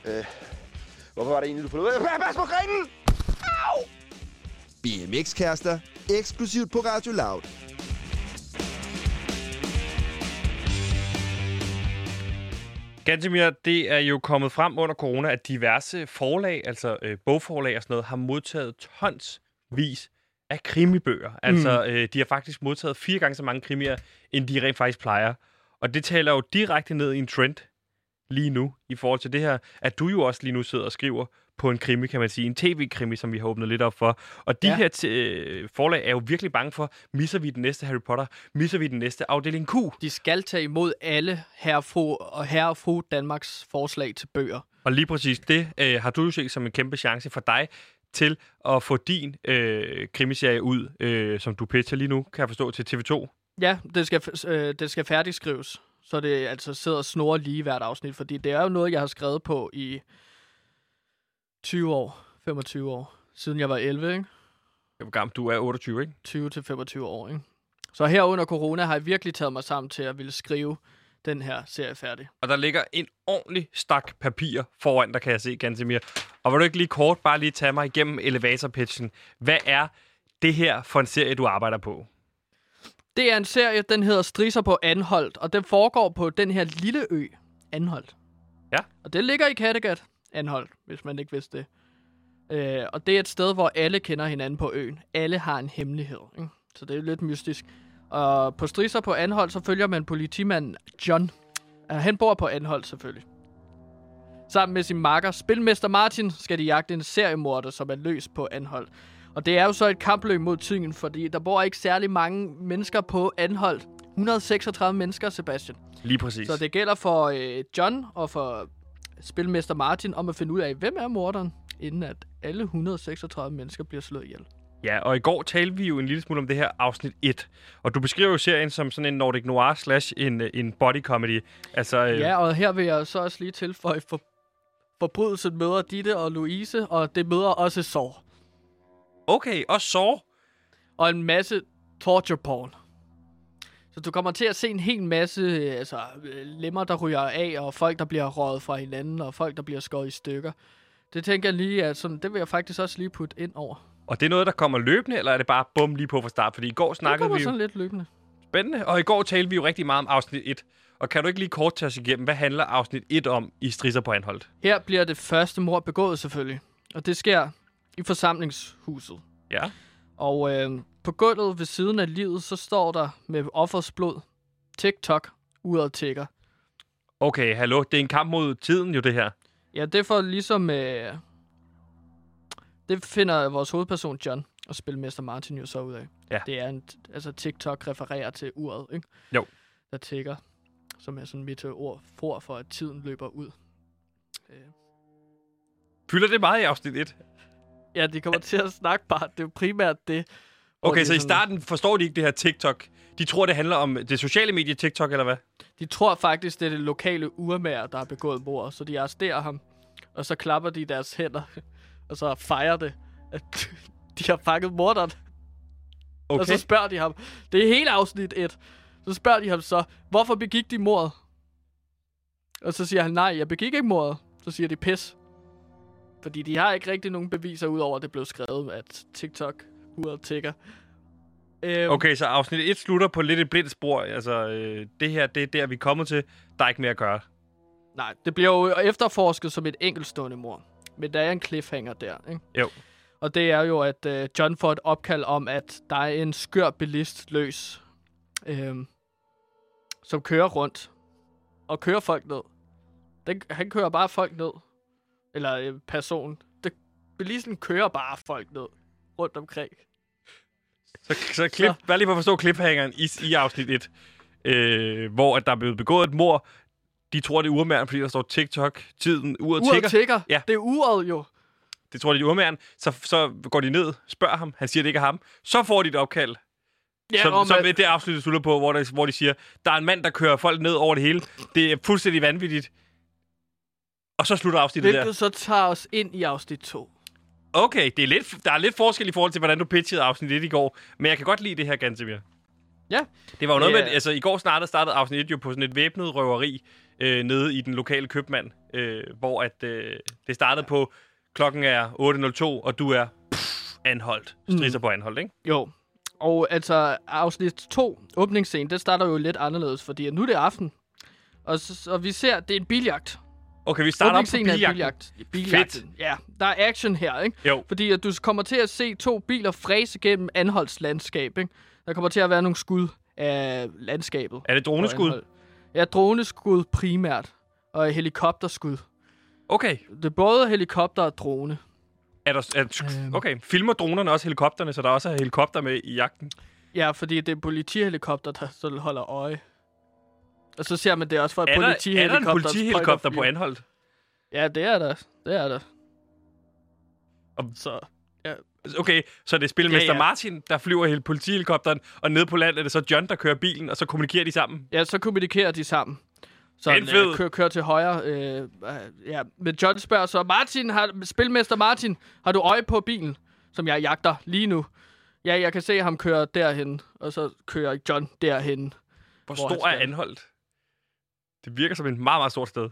[SPEAKER 7] Øh, Hvorfor var det egentlig, du forlod? Øh, Pas på grenen!
[SPEAKER 6] BMX-kærester, eksklusivt på Radio Loud.
[SPEAKER 1] Gantemir, det er jo kommet frem under corona, at diverse forlag, altså øh, bogforlag og sådan noget, har modtaget tonsvis af krimibøger. Altså, øh, de har faktisk modtaget fire gange så mange krimier, end de rent faktisk plejer. Og det taler jo direkte ned i en trend lige nu, i forhold til det her, at du jo også lige nu sidder og skriver på en krimi, kan man sige. En tv-krimi, som vi har åbnet lidt op for. Og de ja.
[SPEAKER 2] Ja.
[SPEAKER 1] her t- øh, forlag er jo virkelig bange for, misser vi den næste Harry Potter? Misser vi den næste afdeling Q?
[SPEAKER 2] De skal tage imod alle herre og fru, og herre og fru Danmarks forslag til bøger.
[SPEAKER 1] Og lige præcis det øh, har du jo set som en kæmpe chance for dig til at få din øh, krimiserie ud, øh, som du pitcher lige nu, kan jeg forstå, til TV2.
[SPEAKER 2] Ja, det skal, f- øh, det skal færdigskrives, så det altså sidder og snorer lige hvert afsnit, fordi det er jo noget, jeg har skrevet på i 20 år, 25 år, siden jeg var 11, ikke?
[SPEAKER 1] Hvor gammel du er, 28, ikke?
[SPEAKER 2] 20-25 år, ikke? Så her under corona har jeg virkelig taget mig sammen til at ville skrive den her serie færdig.
[SPEAKER 1] Og der ligger en ordentlig stak papir foran dig, kan jeg se, ganske mere. Og vil du ikke lige kort bare lige tage mig igennem elevatorpitchen? Hvad er det her for en serie, du arbejder på?
[SPEAKER 2] Det er en serie, den hedder Strisser på Anholdt, og den foregår på den her lille ø, Anholdt.
[SPEAKER 1] Ja.
[SPEAKER 2] Og det ligger i Kattegat, Anholdt, hvis man ikke vidste det. Øh, og det er et sted, hvor alle kender hinanden på øen. Alle har en hemmelighed, ikke? så det er lidt mystisk. Og på Strisser på Anholdt, så følger man politimanden John, Øh, Han bor på Anhold selvfølgelig. Sammen med sin makker, spilmester Martin, skal de jagte en seriemorder, som er løs på Anhold. Og det er jo så et kampløb mod tyngden, fordi der bor ikke særlig mange mennesker på Anhold. 136 mennesker, Sebastian.
[SPEAKER 1] Lige præcis.
[SPEAKER 2] Så det gælder for øh, John og for spilmester Martin om at finde ud af, hvem er morderen, inden at alle 136 mennesker bliver slået ihjel.
[SPEAKER 1] Ja, og i går talte vi jo en lille smule om det her afsnit 1. Og du beskriver jo serien som sådan en Nordic Noir slash en, en body comedy. Altså, øh,
[SPEAKER 2] Ja, og her vil jeg så også lige tilføje, for forbrydelsen møder Ditte og Louise, og det møder også Sår.
[SPEAKER 1] okay, og så
[SPEAKER 2] Og en masse torture porn. Så du kommer til at se en hel masse øh, altså, øh, lemmer, der ryger af, og folk, der bliver røget fra hinanden, og folk, der bliver skåret i stykker. Det tænker jeg lige, at sådan, det vil jeg faktisk også lige putte ind over.
[SPEAKER 1] Og det er noget, der kommer løbende, eller er det bare bum lige på fra start? Fordi i går
[SPEAKER 2] Det
[SPEAKER 1] snakkede
[SPEAKER 2] kommer
[SPEAKER 1] vi jo
[SPEAKER 2] sådan lidt løbende.
[SPEAKER 1] spændende, og i går talte vi jo rigtig meget om afsnit 1. Og kan du ikke lige kort tage os igennem, hvad handler afsnit 1 om i Strisser på Anholdt?
[SPEAKER 2] Her bliver det første mord begået selvfølgelig, og det sker i forsamlingshuset.
[SPEAKER 1] Ja.
[SPEAKER 2] Og øh, på gulvet ved siden af livet, så står der med offers blod, TikTok, uret tigger.
[SPEAKER 1] Okay, hallo, det er en kamp mod tiden jo, det her.
[SPEAKER 2] Ja, det får ligesom... Øh, det finder vores hovedperson John og spilmester Martin jo så ud af.
[SPEAKER 1] Ja.
[SPEAKER 2] Det er en... Altså, TikTok refererer til uret, ikke?
[SPEAKER 1] Jo.
[SPEAKER 2] Der tigger, som er sådan mit øh, ord for, for at tiden løber ud.
[SPEAKER 1] Fylder det meget i afsnit 1?
[SPEAKER 2] Ja, de kommer til at snakke bare. Det er jo primært det. hvor
[SPEAKER 1] Okay,
[SPEAKER 2] de
[SPEAKER 1] så i
[SPEAKER 2] sådan-
[SPEAKER 1] starten forstår de ikke det her TikTok. De tror, det handler om det sociale medie TikTok, eller hvad?
[SPEAKER 2] De tror faktisk, det er det lokale urmager, der har begået mord, så de arresterer ham, og så klapper de i deres hænder, og så fejrer det, at de har fanget morderen. Okay. Og
[SPEAKER 1] Okay.
[SPEAKER 2] så spørger de ham, det er hele afsnit 1, så spørger de ham så, hvorfor begik de mordet? Og så siger han, nej, jeg begik ikke mordet. Så siger de, pis. Fordi de har ikke rigtig nogen beviser, udover at det blev skrevet, at TikTok uret tigger. Øhm,
[SPEAKER 1] Okay, så afsnit 1 slutter på lidt et blindt spor. Altså, øh, det her, det er der, vi er kommet til. Der er ikke mere at gøre.
[SPEAKER 2] Nej, det bliver jo efterforsket som et enkeltstående mor. Men der er en cliffhanger der, ikke?
[SPEAKER 1] Jo.
[SPEAKER 2] Og det er jo, at øh, John får et opkald om, at der er en skør bilist løs, øh, som kører rundt og kører folk ned. Den, han kører bare folk ned. Eller øh, personen. Det, bilisten kører bare folk ned rundt omkring.
[SPEAKER 1] Så, så klip,
[SPEAKER 2] Så-
[SPEAKER 1] vær lige for at forstå kliphængeren i, i afsnit 1, øh, hvor at der er blevet begået et mord. De tror, det er urmæren, fordi der står TikTok, tiden, uret
[SPEAKER 2] Uret
[SPEAKER 1] tigger.
[SPEAKER 2] tigger.
[SPEAKER 1] Ja.
[SPEAKER 2] Det er uret jo.
[SPEAKER 1] det tror, det er urmæren. Så, så går de ned, spørger ham, han siger, det ikke er ham. Så får de et opkald, ja, som,
[SPEAKER 2] om
[SPEAKER 1] som
[SPEAKER 2] at-
[SPEAKER 1] det afsnit slutter på, hvor, der, hvor de siger, der er en mand, der kører folk ned over det hele. Det er fuldstændig vanvittigt. Og så slutter afsnittet der.
[SPEAKER 2] Hvilket så tager os ind i afsnit 2.
[SPEAKER 1] Okay, det er lidt, der er lidt forskel i forhold til, hvordan du pitchede afsnit 1 i går, men jeg kan godt lide det her, Gantemir.
[SPEAKER 2] Ja.
[SPEAKER 1] Det var jo noget
[SPEAKER 2] Det
[SPEAKER 1] med,
[SPEAKER 2] er-
[SPEAKER 1] altså i går startede, startede afsnit 1 jo på sådan et væbnet røveri øh, nede i den lokale købmand, øh, hvor at, øh, det startede på, klokken er 8.02, og du er pff, anholdt, strisser mm. på anholdt, ikke?
[SPEAKER 2] Jo. Og altså, afsnit 2, åbningsscenen, det starter jo lidt anderledes, fordi at nu er det aften. Og, så, og vi ser, det er en biljagt.
[SPEAKER 1] Okay, vi starter op på
[SPEAKER 2] Åbningsscenen er en
[SPEAKER 1] biljagt.
[SPEAKER 2] biljagt. Biljagten. Ja, der er action her, ikke?
[SPEAKER 1] Jo,
[SPEAKER 2] Fordi at du kommer til at se to biler fræse gennem Anholds landskab, ikke? Der kommer til at være nogle skud af landskabet.
[SPEAKER 1] er det droneskud?
[SPEAKER 2] Anholt. Ja, droneskud primært. Og helikopterskud.
[SPEAKER 1] Okay,
[SPEAKER 2] Det er både helikopter og drone.
[SPEAKER 1] er der, er,
[SPEAKER 2] Øhm.
[SPEAKER 1] okay, filmer dronerne også helikopterne, så der også er helikopter med i jagten?
[SPEAKER 2] Ja, fordi det er en politihelikopter, der så holder øje. Og så ser man det også for et
[SPEAKER 1] Er der, er
[SPEAKER 2] politihelikopter.
[SPEAKER 1] der en politihelikopter på anholdt?
[SPEAKER 2] Ja, det er der. Det er der.
[SPEAKER 1] Og-
[SPEAKER 2] Så.
[SPEAKER 1] Okay, så det er spilmester
[SPEAKER 2] Ja,
[SPEAKER 1] ja,
[SPEAKER 2] ja.
[SPEAKER 1] ja. Martin, der flyver hele politihelikopteren, og nede på land er det så John, der kører bilen, og så kommunikerer de sammen.
[SPEAKER 2] Ja, så kommunikerer de sammen. Så han
[SPEAKER 1] Den fed.
[SPEAKER 2] øh, kører, kører til højre. Øh, øh, ja. Men John spørger så, Martin, har, spilmester Martin, har du øje på bilen, som jeg jagter lige nu? Ja, jeg kan se ham køre derhen, og så kører John derhen.
[SPEAKER 1] Hvor,
[SPEAKER 2] Hvor
[SPEAKER 1] Hvor
[SPEAKER 2] han
[SPEAKER 1] stor er
[SPEAKER 2] skal.
[SPEAKER 1] anholdt? Det virker som et meget, meget stort sted.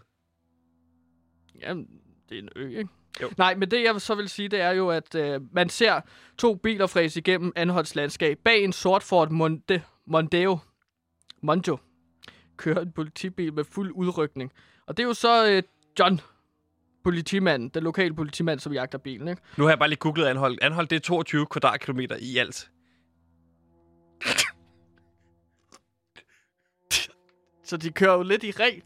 [SPEAKER 2] Jamen, det er en ø, ikke?
[SPEAKER 1] Jo.
[SPEAKER 2] Nej, men det jeg så vil sige, det er jo, at øh, man ser to biler fræse igennem Anholds landskab. Bag en sort Ford Monde, Mondeo, Monjo kører en politibil med fuld udrykning. Og det er jo så øh, John, politimanden, den lokale politimand, som jagter bilen, ikke?
[SPEAKER 1] Nu har jeg bare lige googlet anholdt. Anholdt, det er 22 kvadratkilometer i alt.
[SPEAKER 2] Så de kører jo lidt i ring.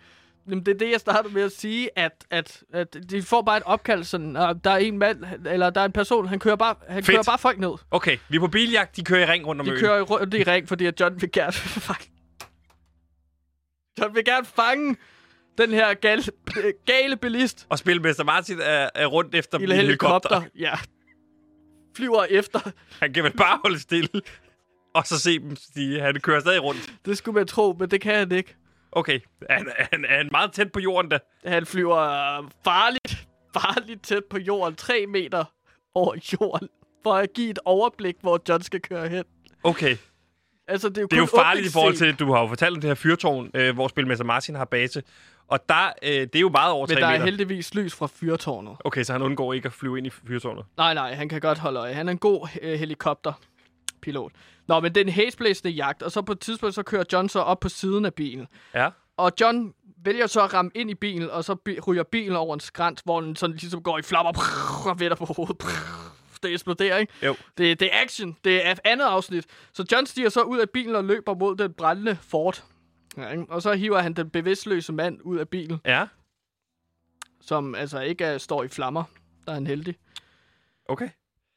[SPEAKER 2] Jamen, det er det, jeg startede med at sige, at, at, at de får bare et opkald, sådan, og der er en mand, eller der er en person, han kører bare, han
[SPEAKER 1] Fedt.
[SPEAKER 2] kører bare folk ned.
[SPEAKER 1] Okay, vi er på biljagt. De kører i ring rundt om
[SPEAKER 2] De
[SPEAKER 1] øen.
[SPEAKER 2] kører i rundt i ring, fordi at John vil gerne fange... John vil gerne fange den her gale, øh, gale bilist
[SPEAKER 1] Og spilmester Martin er, er rundt efter
[SPEAKER 2] i
[SPEAKER 1] min
[SPEAKER 2] en
[SPEAKER 1] helikopter.
[SPEAKER 2] helikopter. Ja. Flyver efter.
[SPEAKER 1] Han kan vel bare holde stille. Og så se dem stige. Han kører stadig rundt.
[SPEAKER 2] Det skulle man tro, men det kan han ikke.
[SPEAKER 1] Okay, han, han, han er meget tæt på jorden da.
[SPEAKER 2] Han flyver øh, farligt, farligt tæt på jorden, 3 meter over jorden, for at give et overblik, hvor John skal køre hen.
[SPEAKER 1] Okay,
[SPEAKER 2] Altså, det er jo,
[SPEAKER 1] det er jo
[SPEAKER 2] kun
[SPEAKER 1] farligt i forhold
[SPEAKER 2] åbningsscenen,
[SPEAKER 1] til, du har jo fortalt om det her fyrtårn, øh, hvor spilmester Martin har base. Og der, øh, det er jo meget over 3
[SPEAKER 2] Men der
[SPEAKER 1] meter.
[SPEAKER 2] er heldigvis lys fra fyrtårnet.
[SPEAKER 1] Okay, så han undgår ikke at flyve ind i fyrtårnet.
[SPEAKER 2] Nej, nej, han kan godt holde øje. Han er en god øh, helikopterpilot. Nå, men det er en hæsblæsende jagt, og så på et tidspunkt, så kører John så op på siden af bilen.
[SPEAKER 1] Ja.
[SPEAKER 2] Og John vælger så at ramme ind i bilen, og så bi- ryger bilen over en skrant, hvor den sådan ligesom går i flammer prrr, og vender på hovedet. Prrr. Det eksploderer, ikke?
[SPEAKER 1] Jo.
[SPEAKER 2] Det, det er action. Det er andet afsnit. Så John stiger så ud af bilen og løber mod den brændende Ford. Ja, ikke? og så hiver han den bevidstløse mand ud af bilen,
[SPEAKER 1] Ja,
[SPEAKER 2] som altså ikke er, står i flammer. Der er han heldig.
[SPEAKER 1] okay.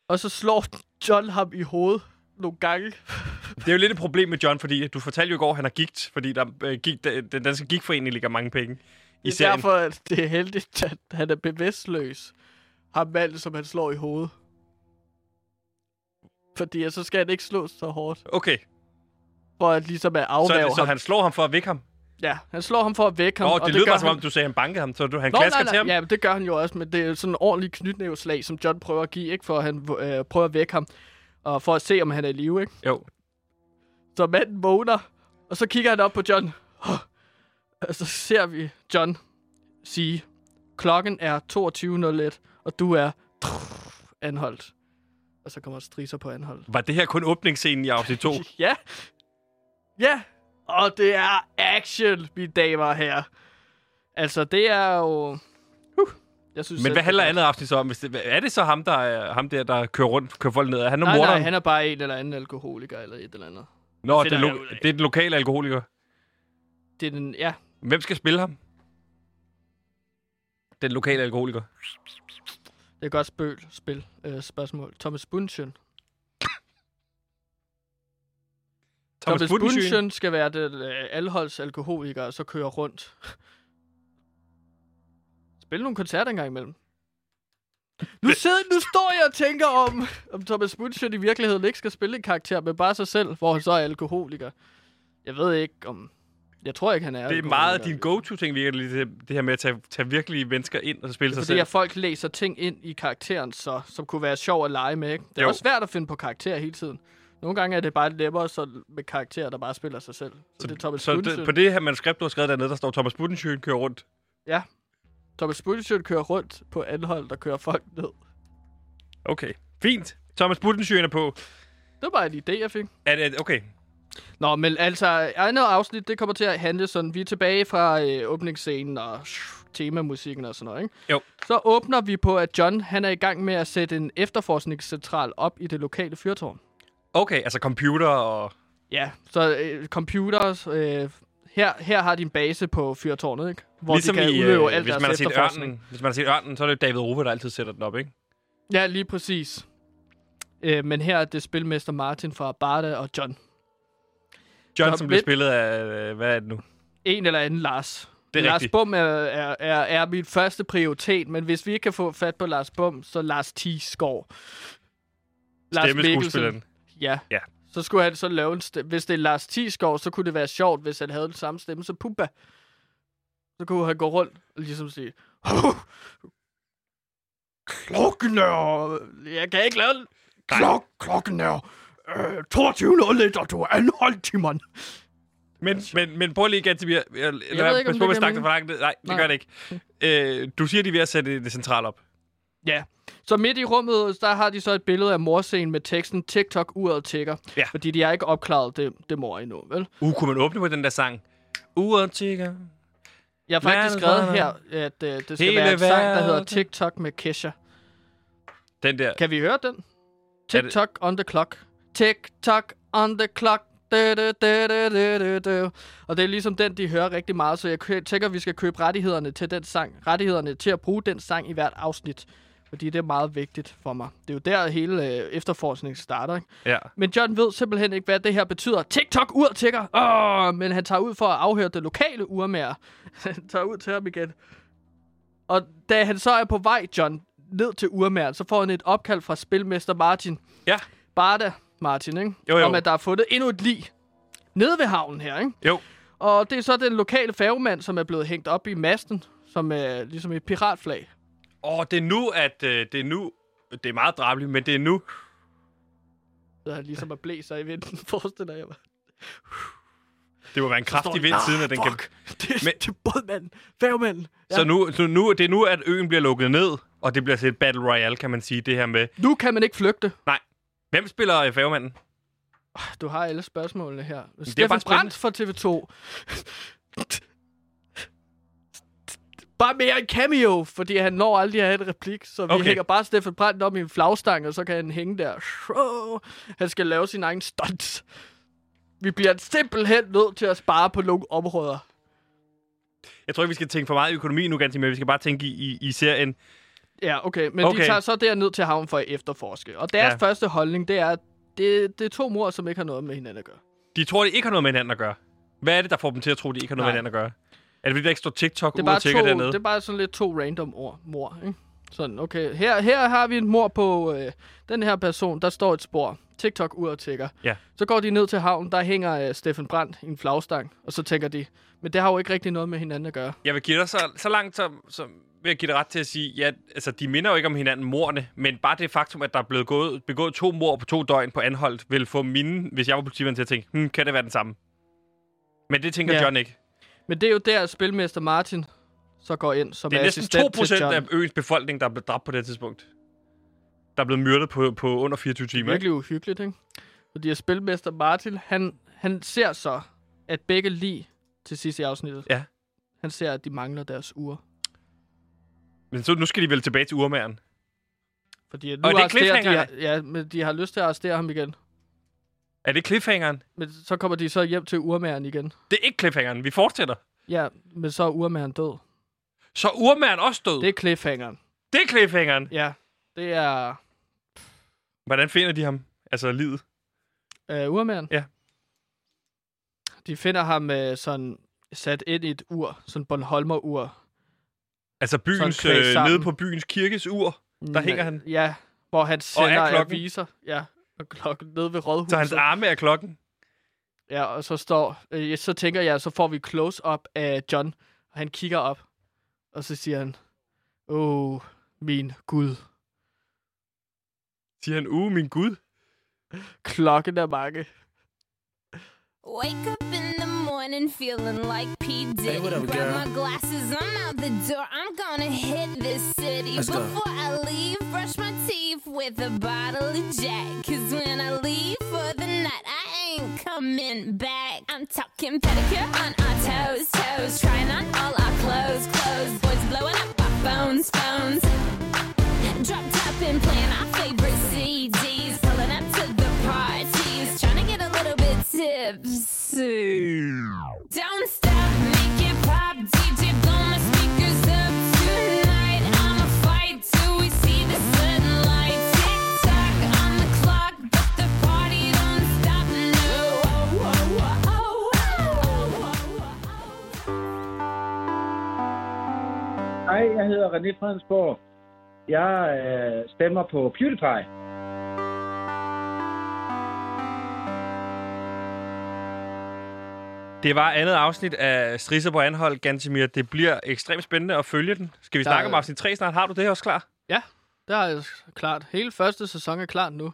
[SPEAKER 2] Og så slår John ham i hovedet nogle gange.
[SPEAKER 1] Det er jo lidt et problem med John, fordi du fortalte jo i går, at han har gigt, fordi der, øh, gigt, den den danske gigtforening ligger mange penge i
[SPEAKER 2] Det er
[SPEAKER 1] serien.
[SPEAKER 2] derfor, at det er heldigt, at han er bevidstløs. Ham manden, som han slår i hovedet. Fordi at så skal han ikke slås så hårdt.
[SPEAKER 1] Okay,
[SPEAKER 2] For at ligesom at
[SPEAKER 1] så,
[SPEAKER 2] afværge
[SPEAKER 1] så, så
[SPEAKER 2] ham.
[SPEAKER 1] han slår ham for at vække ham.
[SPEAKER 2] Ja, han slår ham for at vække ham.
[SPEAKER 1] Nå,
[SPEAKER 2] og
[SPEAKER 1] det, lyder
[SPEAKER 2] gør
[SPEAKER 1] bare som
[SPEAKER 2] han-
[SPEAKER 1] om, du sagde, at han bankede ham, så du, han
[SPEAKER 2] Nå,
[SPEAKER 1] klasker
[SPEAKER 2] nej, nej,
[SPEAKER 1] til ham.
[SPEAKER 2] Ja, men det gør han jo også, men det er sådan en ordentlig knytnæveslag, som John prøver at give, ikke? For at han øh, prøver at vække ham. Og for at se, om han er i live, ikke?
[SPEAKER 1] Jo.
[SPEAKER 2] Så manden vågner, og så kigger han op på John. Og så ser vi John sige, klokken er 22.01, og du er anholdt. Og så kommer striser på anholdt.
[SPEAKER 1] Var det her kun åbningsscenen i afsnit 2?
[SPEAKER 2] Ja. Ja. Og det er action, mine damer og herrer. Altså, det er jo... Uh, jeg synes,
[SPEAKER 1] Men
[SPEAKER 2] selv,
[SPEAKER 1] hvad handler
[SPEAKER 2] det er-
[SPEAKER 1] andet afsnit så om? Hvis det, er det så ham, der, er- ham der, der kører rundt, kører folk ned? Er han nu
[SPEAKER 2] Nej, nej,
[SPEAKER 1] morderen?
[SPEAKER 2] han er bare en eller anden alkoholiker eller et eller andet.
[SPEAKER 1] Nå, det,
[SPEAKER 2] finder
[SPEAKER 1] er
[SPEAKER 2] jeg
[SPEAKER 1] lo-
[SPEAKER 2] ud af.
[SPEAKER 1] det er den lokale alkoholiker.
[SPEAKER 2] Det er den, ja,
[SPEAKER 1] Hvem skal spille ham? Den lokale alkoholiker.
[SPEAKER 2] det er et godt spøl, spil, øh, spørgsmål. Thomas Bunchen. Thomas, Thomas
[SPEAKER 1] Budensjøen.
[SPEAKER 2] Bunchen skal være den øh, alholds alkoholiker, og så køre rundt. Spille nogle koncerter engang imellem. Nu, sidder, nu står jeg og tænker om, om Thomas Bunchen i virkeligheden ikke skal spille en karakter, men bare sig selv, hvor han så er alkoholiker. Jeg ved ikke om... Jeg tror ikke, han er
[SPEAKER 1] Det er meget din go-to-ting, virker det, lige, det, det her med at tage, tage virkelige mennesker ind og spille sig
[SPEAKER 2] Fordi
[SPEAKER 1] selv.
[SPEAKER 2] at folk læser ting ind i karakteren, så, som kunne være sjov at lege med. Ikke? Det er
[SPEAKER 1] Jo.
[SPEAKER 2] jo. også svært at finde på karakterer hele tiden. Nogle gange er det bare nemmere så med karakterer, der bare spiller sig selv. Så, så det er Thomas
[SPEAKER 1] Så
[SPEAKER 2] Bunchen.
[SPEAKER 1] det, på det her manuskript, du har skrevet dernede, der står Thomas Budensjøen kører rundt.
[SPEAKER 2] Ja. Thomas Budensjøen kører rundt på anhold, der kører folk ned.
[SPEAKER 1] Okay, fint. Thomas Budensjøen er på.
[SPEAKER 2] Det var bare en idé, jeg fik.
[SPEAKER 1] Er, er, okay,
[SPEAKER 2] Nå, men altså, andet afsnit, det kommer til at handle sådan, vi er tilbage fra øh, åbningsscenen og shh, temamusikken og sådan noget, ikke?
[SPEAKER 1] Jo.
[SPEAKER 2] Så åbner vi på, at John, han er i gang med at sætte en efterforskningscentral op i det lokale fyrtårn.
[SPEAKER 1] okay, altså computer og...
[SPEAKER 2] Ja, så øh, computers, øh, her, her har de en base på fyrtårnet, ikke? Hvor de kan udøve alt
[SPEAKER 1] ligesom øh, hvis
[SPEAKER 2] deres
[SPEAKER 1] man har set
[SPEAKER 2] efterforskning.
[SPEAKER 1] ørnen, hvis man har set ørnen, så er det David Ruve, der altid sætter den op, ikke?
[SPEAKER 2] Ja, lige præcis. Øh, men her er det spilmester Martin fra Barda og John.
[SPEAKER 1] John,
[SPEAKER 2] Så
[SPEAKER 1] som bliver
[SPEAKER 2] lidt-
[SPEAKER 1] spillet af... øh, Hvad er det nu?
[SPEAKER 2] en eller anden Lars.
[SPEAKER 1] Det er
[SPEAKER 2] Lars
[SPEAKER 1] rigtigt.
[SPEAKER 2] Bum er, er, er, er min første prioritet, men hvis vi ikke kan få fat på Lars Bum, så Lars Tisgaard.
[SPEAKER 1] Stemmeskuespilleren.
[SPEAKER 2] Ja.
[SPEAKER 1] Ja.
[SPEAKER 2] Så skulle han så lave en stemme. Hvis det er Lars Tisgaard, så kunne det være sjovt, hvis han havde den samme stemme som Pumba. Så kunne han gå rundt og ligesom sige... Klokkenør! Jeg kan ikke lave den. Klok, klokkenør! Øh, 22.01, og du er anholdt, Timon.
[SPEAKER 1] Men, men, men prøv lige igen til mig. Jeg, jeg, jeg
[SPEAKER 2] Altså. ikke, om
[SPEAKER 1] på, at
[SPEAKER 2] det giver
[SPEAKER 1] snakke dig for langt. ned. Nej, det
[SPEAKER 2] Nej.
[SPEAKER 1] gør det ikke. Øh, du siger, de er ved at sætte det centralt op.
[SPEAKER 2] Ja. Så midt i rummet, der har de så et billede af morscenen med teksten TikTok-uret tækker.
[SPEAKER 1] Ja.
[SPEAKER 2] Fordi de har ikke opklaret det, det mor endnu, vel?
[SPEAKER 1] Uh, kunne man åbne på den der sang? Uh, Uret tigger.
[SPEAKER 2] Jeg har faktisk
[SPEAKER 1] Verden
[SPEAKER 2] skrevet her,
[SPEAKER 1] runder.
[SPEAKER 2] at øh, det skal
[SPEAKER 1] Hele
[SPEAKER 2] være en sang, der
[SPEAKER 1] verden.
[SPEAKER 2] hedder TikTok med Kesha.
[SPEAKER 1] Den der.
[SPEAKER 2] Kan vi høre den? TikTok on the clock. TikTok on the clock. Da, da, da, da, da, da, da. Og det er ligesom den, de hører rigtig meget, så jeg kø- tænker, vi skal købe rettighederne til den sang. Rettighederne til at bruge den sang i hvert afsnit. Fordi det er meget vigtigt for mig. Det er jo der, hele øh, efterforskningen starter. Ikke?
[SPEAKER 1] Ja.
[SPEAKER 2] Men John ved simpelthen ikke, hvad det her betyder. TikTok ur tikker. Åh, men han tager ud for at afhøre det lokale urmager. han tager ud til ham igen. Og da han så er på vej, John, ned til urmageren, så får han et opkald fra spilmester Martin.
[SPEAKER 1] Ja.
[SPEAKER 2] Barda Martin, ikke?
[SPEAKER 1] Jo, jo.
[SPEAKER 2] Om at der er fundet endnu et lig nede ved havnen her, ikke?
[SPEAKER 1] Jo.
[SPEAKER 2] Og det er så den lokale færgemand, som er blevet hængt op i masten, som er ligesom et piratflag.
[SPEAKER 1] Og det er nu, at øh, det er nu... Det er meget drabeligt, men det er nu...
[SPEAKER 2] Så han ligesom er blæser i vinden, forestiller jeg mig.
[SPEAKER 1] Det må være en kraftig
[SPEAKER 2] Ah,
[SPEAKER 1] vind, siden at den kan...
[SPEAKER 2] Det er,
[SPEAKER 1] Men-
[SPEAKER 2] men... det er bådmanden, færgemanden. Ja.
[SPEAKER 1] Så nu, så nu, det er nu, at øen bliver lukket ned, og det bliver til et battle royale, kan man sige, det her med...
[SPEAKER 2] nu kan man ikke flygte.
[SPEAKER 1] Hvem spiller øh, færgemanden?
[SPEAKER 2] Du har alle spørgsmålene her.
[SPEAKER 1] er bare
[SPEAKER 2] Steffen
[SPEAKER 1] spændende.
[SPEAKER 2] Brandt fra TV2. Bare mere en cameo, fordi han når aldrig at have en replik. Så vi
[SPEAKER 1] Okay.
[SPEAKER 2] okay. hænger bare Steffen Brandt op i en flagstang, og så kan han hænge der. Åh, Han skal lave sin egen stunts. Vi bliver simpelthen nødt til at spare på nogle områder.
[SPEAKER 1] Jeg tror ikke, vi skal tænke for meget i økonomi nu, Gansi, men vi skal bare tænke i, i, i serien.
[SPEAKER 2] Ja, okay. Men
[SPEAKER 1] Okay.
[SPEAKER 2] de tager så der ned til havnen for at efterforske. Og deres
[SPEAKER 1] Ja.
[SPEAKER 2] ja. første holdning, det er, at det, det er to mor, som ikke har noget med hinanden at gøre.
[SPEAKER 1] De tror, det ikke har noget med hinanden at gøre. Hvad er det, der får dem til at tro, det ikke har noget
[SPEAKER 2] Nej.
[SPEAKER 1] med hinanden at gøre? Er det fordi, der ikke står TikTok
[SPEAKER 2] Det er,
[SPEAKER 1] ude
[SPEAKER 2] bare
[SPEAKER 1] og tigger
[SPEAKER 2] to,
[SPEAKER 1] dernede?
[SPEAKER 2] det er bare sådan lidt to random ord, mor, ikke? Sådan, okay. Her, her har vi en mor på øh, den her person. Der står et spor. TikTok ud og tækker.
[SPEAKER 1] Ja.
[SPEAKER 2] Så går de ned til havnen. Der hænger øh, Steffen Brandt i en flagstang. Og så tænker de, men det har jo ikke rigtig noget med hinanden at gøre.
[SPEAKER 1] Jeg vil give dig så, så langt, som, som vil jeg give dig ret til at sige, ja, altså, de minder jo ikke om hinanden morderne, men bare det faktum, at der er blevet gået, begået to mor på to døgn på anholdt, vil få mine, hvis jeg var politimand, til at tænke, hmm, kan det være den samme? Men det tænker ja.
[SPEAKER 2] Ja.
[SPEAKER 1] John ikke.
[SPEAKER 2] Men det er jo der, at spilmester Martin så går ind som
[SPEAKER 1] Det er næsten 2
[SPEAKER 2] assistent til
[SPEAKER 1] procent
[SPEAKER 2] John.
[SPEAKER 1] af øens befolkning, der er blevet dræbt på det tidspunkt. Der er blevet myrdet på, på under 24 timer. Ikke?
[SPEAKER 2] virkelig uhyggeligt, ikke? Fordi at spilmester Martin, han, han ser så, at begge lige til sidste afsnittet.
[SPEAKER 1] Ja.
[SPEAKER 2] Han ser, at de mangler deres ure.
[SPEAKER 1] Men så, nu skal de vel tilbage til urmageren.
[SPEAKER 2] Fordi at nu
[SPEAKER 1] Og er det
[SPEAKER 2] arresterer de,
[SPEAKER 1] cliffhangerne?
[SPEAKER 2] ja, men de har lyst til at arrestere ham igen.
[SPEAKER 1] Er det cliffhangeren?
[SPEAKER 2] Men så kommer de så hjem til urmageren igen.
[SPEAKER 1] Det er ikke cliffhangeren. Vi fortsætter.
[SPEAKER 2] Ja, men så er urmageren død.
[SPEAKER 1] Så urmageren også død.
[SPEAKER 2] Det
[SPEAKER 1] Det,
[SPEAKER 2] er cliffhangeren.
[SPEAKER 1] det er cliffhangeren.
[SPEAKER 2] Ja, det er
[SPEAKER 1] Hvordan finder de ham? Altså livet.
[SPEAKER 2] øh, urmageren.
[SPEAKER 1] Ja.
[SPEAKER 2] De finder ham øh, sådan sat ind i et ur, sådan Bornholmer-ur.
[SPEAKER 1] Altså byens,
[SPEAKER 2] klædt
[SPEAKER 1] øh,
[SPEAKER 2] sammen.
[SPEAKER 1] nede på byens kirkes ur. Der hænger han.
[SPEAKER 2] Ja, hvor han sender
[SPEAKER 1] klokken.
[SPEAKER 2] aviser. Ja, og klokken nede ved rådhuset.
[SPEAKER 1] Så hans arme er klokken.
[SPEAKER 2] Ja, og så står... Øh, så tænker jeg, så får vi close-up af John. Og han kigger op, og så siger han... Åh, oh, min Gud.
[SPEAKER 1] Siger han, uh, min Gud.
[SPEAKER 2] Klokken er mange.
[SPEAKER 8] Wake up in the morning feeling like P. Diddy. Grab my glasses, I'm out the door. I'm gonna hit this city. Before I leave, brush my teeth with a bottle of Jack. Cause when I leave for the night, I ain't coming back. I'm talking pedicure on our toes, toes. Trying on all our clothes, clothes. Boys blowing up our phones, phones. Drop top and playing our favorite CDs. Pulling up to the parties. Trying to get a little bit tipsy. Don't stop, make it pop. DJ, blow my speakers up tonight. I'ma fight till we see the sunlight. Tick tock on the clock, but the party don't stop. No. oh, oh, oh, oh, oh.
[SPEAKER 9] Hej, jeg hedder René Fredensborg. Jeg øh, stemmer på PewDiePie.
[SPEAKER 1] Det var andet afsnit af Strisser på Anhold, Gantemir. Det bliver ekstremt spændende at følge den. Skal vi
[SPEAKER 2] Der-
[SPEAKER 1] snakke om afsnit 3 snart? Har du det også klar?
[SPEAKER 2] Ja, det er altså klart. Hele første sæson er klart nu.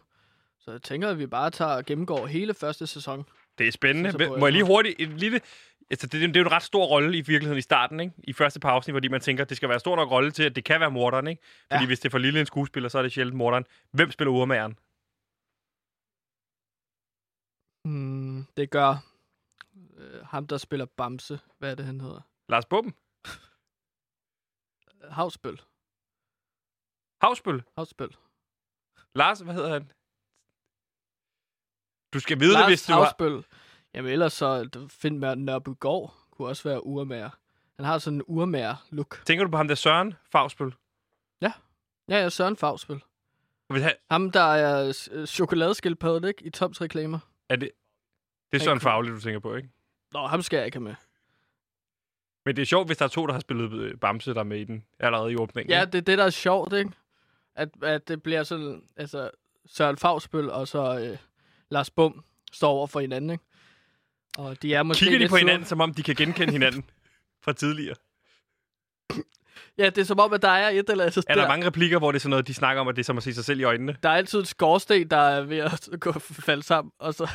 [SPEAKER 2] Så jeg tænker, at vi bare tager og gennemgår hele første sæson.
[SPEAKER 1] Det er spændende.
[SPEAKER 2] Strisser på
[SPEAKER 1] Hvem- Må jeg lige
[SPEAKER 2] Anholt.
[SPEAKER 1] hurtigt et lille... Altså, det, det er jo en ret stor rolle i virkeligheden i starten, ikke? I første par afsnit, fordi man tænker, at det skal være en stor nok rolle til, at det kan være morderen, ikke? Fordi
[SPEAKER 2] Ja.
[SPEAKER 1] hvis det er for lille en skuespiller, så er det sjældent morderen. Hvem spiller urmageren?
[SPEAKER 2] Hmm, det gør øh, ham, der spiller Bamse. Hvad er det, han hedder?
[SPEAKER 1] Lars Bum?
[SPEAKER 2] Havsbøl.
[SPEAKER 1] Havsbøl?
[SPEAKER 2] Havsbøl.
[SPEAKER 1] Lars, hvad hedder han? Du skal vide det,
[SPEAKER 2] Lars
[SPEAKER 1] hvis du har...
[SPEAKER 2] Havsbøl. Jamen ellers så find med Nørrebygård, kunne også være urmager. Han har sådan en urmager-look.
[SPEAKER 1] Tænker du på ham der Søren Fagsbøl?
[SPEAKER 2] Ja, ja, Søren Fagsbøl.
[SPEAKER 1] Vil han-
[SPEAKER 2] Ham, der er øh, chokoladeskildpadde, ikke? I Toms reklamer.
[SPEAKER 1] Er det, det er Søren Faglig, du tænker på, ikke?
[SPEAKER 2] Nå, ham skal jeg ikke have med.
[SPEAKER 1] Men det er sjovt, hvis der er to, der har spillet øh, Bamse, der er med i den allerede i åbningen.
[SPEAKER 2] Ja,
[SPEAKER 1] ikke?
[SPEAKER 2] det er det, der er sjovt, ikke? At, at det bliver sådan, altså, Søren Fagsbøl og så øh, Lars Bum står over for hinanden, ikke? Og de er måske
[SPEAKER 1] Kigger de
[SPEAKER 2] lidt
[SPEAKER 1] på
[SPEAKER 2] sure.
[SPEAKER 1] hinanden, som om de kan genkende hinanden fra tidligere?
[SPEAKER 2] Ja, det er som om, at der er et eller andet
[SPEAKER 1] Er der mange replikker, hvor det er sådan noget, de snakker om, at det er som at se sig selv i øjnene?
[SPEAKER 2] Der er altid et skorsten, der er ved at gå falde sammen, og så,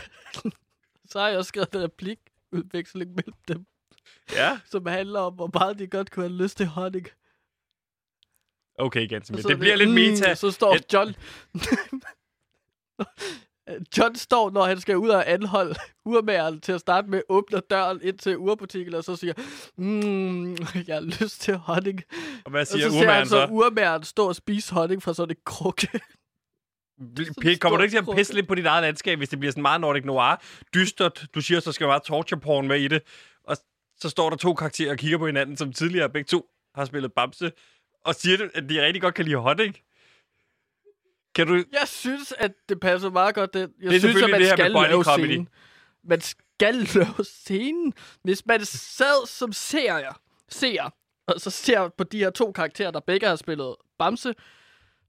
[SPEAKER 2] så har jeg også skrevet en replikudveksling mellem dem,
[SPEAKER 1] Ja.
[SPEAKER 2] som handler om, hvor meget de godt kunne have lyst til honning.
[SPEAKER 1] Okay, ganske.
[SPEAKER 2] Og
[SPEAKER 1] Men
[SPEAKER 2] så er
[SPEAKER 1] det bliver lidt
[SPEAKER 2] mm,
[SPEAKER 1] meta.
[SPEAKER 2] og Så står
[SPEAKER 1] Et-
[SPEAKER 2] John... John står, når han skal ud og anholde urmageren til at starte med, åbner døren ind til urbutikken, og så siger, mm, jeg har lyst til honning.
[SPEAKER 1] Og hvad
[SPEAKER 2] og
[SPEAKER 1] siger
[SPEAKER 2] så ser han
[SPEAKER 1] urmanden
[SPEAKER 2] så
[SPEAKER 1] så?
[SPEAKER 2] urmageren stå og spise honning fra sådan en krukke.
[SPEAKER 1] P- kommer du ikke til
[SPEAKER 2] stor
[SPEAKER 1] at pisse
[SPEAKER 2] krukke.
[SPEAKER 1] lidt på dit eget landskab, hvis det bliver sådan meget Nordic Noir? Dystert. Du siger, så skal der være torture porn med i det. Og så står der to karakterer og kigger på hinanden, som tidligere begge to har spillet Bamse. Og siger, at de rigtig godt kan lide hot, ikke? Kan du...
[SPEAKER 2] Jeg synes, at det passer meget godt. Det, jeg
[SPEAKER 1] Det er
[SPEAKER 2] synes, at
[SPEAKER 1] selvfølgelig
[SPEAKER 2] man
[SPEAKER 1] det her med
[SPEAKER 2] skal
[SPEAKER 1] body
[SPEAKER 2] lave
[SPEAKER 1] comedy.
[SPEAKER 2] scenen. Man skal lave scenen. Hvis man sad som seer, seer og så ser på de her to karakterer, der begge har spillet Bamse,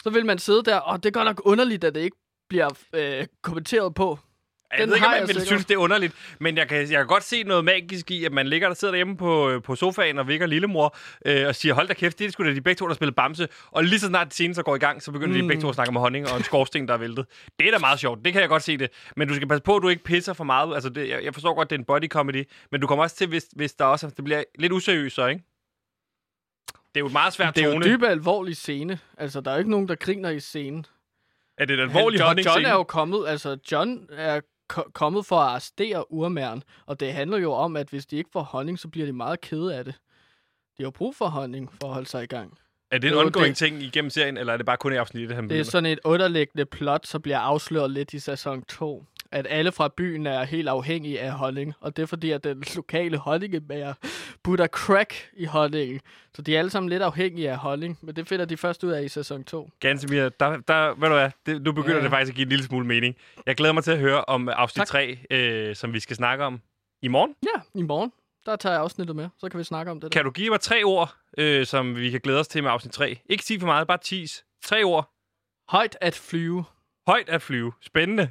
[SPEAKER 2] så vil man sidde der, og det er godt nok underligt, at det ikke bliver øh, kommenteret på.
[SPEAKER 1] Jeg
[SPEAKER 2] Den
[SPEAKER 1] ved ikke, om
[SPEAKER 2] har
[SPEAKER 1] jeg
[SPEAKER 2] jeg
[SPEAKER 1] vil
[SPEAKER 2] sikkert.
[SPEAKER 1] synes, det er underligt, men jeg kan, jeg kan godt se noget magisk i, at man ligger der sidder derhjemme på, øh, på sofaen og vækker lillemor øh, og siger, hold da kæft, det er sgu da de begge to, der spiller Bamse. Og lige så snart scenen så går i gang, så begynder mm. de begge to at snakke med honning og en skorsten, der er væltet. Det er da meget sjovt, det kan jeg godt se det. Men du skal passe på, at du ikke pisser for meget. ud. Altså, det, jeg, jeg forstår godt, det er en body comedy, men du kommer også til, hvis, hvis der også, det bliver lidt useriøst, så, ikke? Det er jo et meget svært
[SPEAKER 2] Det er jo en
[SPEAKER 1] tone.
[SPEAKER 2] dyb og alvorlig scene. Altså, der er jo ikke nogen, der griner i scenen.
[SPEAKER 1] Er det en
[SPEAKER 2] Han,
[SPEAKER 1] alvorlig
[SPEAKER 2] John, John
[SPEAKER 1] honningsscene?
[SPEAKER 2] er jo kommet, altså John er ko- kommet for at arrestere urmæren, og det handler jo om, at hvis de ikke får honning, så bliver de meget kede af det. De har brug for honning for at holde sig i gang.
[SPEAKER 1] Er det en
[SPEAKER 2] Det er jo
[SPEAKER 1] ongoing
[SPEAKER 2] det.
[SPEAKER 1] ting igennem serien, eller er det bare kun i afsnittet, han
[SPEAKER 2] Det er
[SPEAKER 1] begynder?
[SPEAKER 2] sådan et underliggende plot, som bliver afsløret lidt i sæson 2. At alle fra byen er helt afhængige af honning, og det er fordi, at den lokale honningemager putter crack i honningen. Så de er alle sammen lidt afhængige af honning, men det finder de først ud af i sæson 2.
[SPEAKER 1] Gansimir, der, der, ved du hvad, det, nu begynder
[SPEAKER 2] Ja.
[SPEAKER 1] det faktisk at give en lille smule mening. Jeg glæder mig til at høre om afsnit
[SPEAKER 2] Tak.
[SPEAKER 1] 3, øh, som vi skal snakke om i morgen.
[SPEAKER 2] Ja, i morgen, der tager jeg afsnittet med, så kan vi snakke om det der.
[SPEAKER 1] Kan du give mig tre ord, øh, som vi kan glæde os til med afsnit 3? Ikke sige for meget, bare tease. Tre ord.
[SPEAKER 2] Højt at flyve.
[SPEAKER 1] Højt at flyve. Spændende.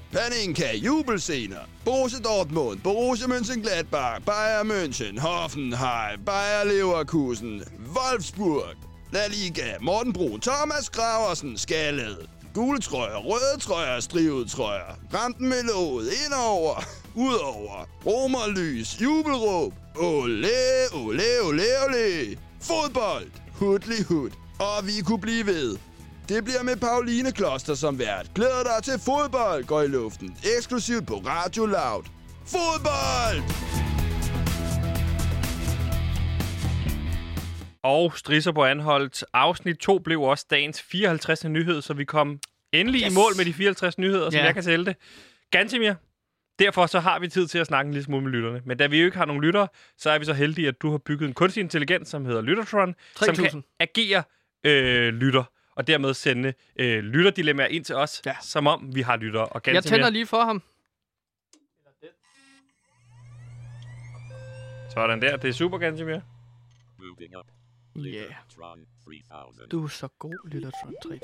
[SPEAKER 6] Paninka, jubelscener. Borussia Dortmund, Borussia Mönchengladbach, Bayern München, Hoffenheim, Bayer Leverkusen, Wolfsburg, La Liga, Morten Brun, Thomas Graversen, Skallet. Gule trøjer, røde trøjer, strivet trøjer. Rampen med låget, indover, udover. Romerlys, jubelråb. Ole, ole, ole, ole. Fodbold. Hudli hud. Og vi kunne blive ved. Det bliver med Pauline Kloster som vært. Glæder dig til fodbold går i luften. Eksklusivt på Radio Loud. Fodbold!
[SPEAKER 1] Og strisser på anholdt. Afsnit 2 blev også dagens 54. nyhed, så vi kom endelig yes. i mål med de 54 nyheder, som
[SPEAKER 2] Ja.
[SPEAKER 1] jeg kan tælle det. Gansimir, derfor så har vi tid til at snakke en lille smule med lytterne. Men da vi jo ikke har nogen lyttere, så er vi så heldige, at du har bygget en kunstig intelligens, som hedder Lyttertron, som
[SPEAKER 2] 3000.
[SPEAKER 1] kan agere øh, lytter og dermed sende øh, lytterdilemmaer ind til os, ja.
[SPEAKER 2] Ja.
[SPEAKER 1] som om vi har lyttere. Og
[SPEAKER 2] Jeg
[SPEAKER 1] Gansimir,
[SPEAKER 2] tænder lige for ham.
[SPEAKER 1] Sådan der, det er super, Gansimir.
[SPEAKER 2] Ja. Yeah. Du er så god, Lyttertron 3000.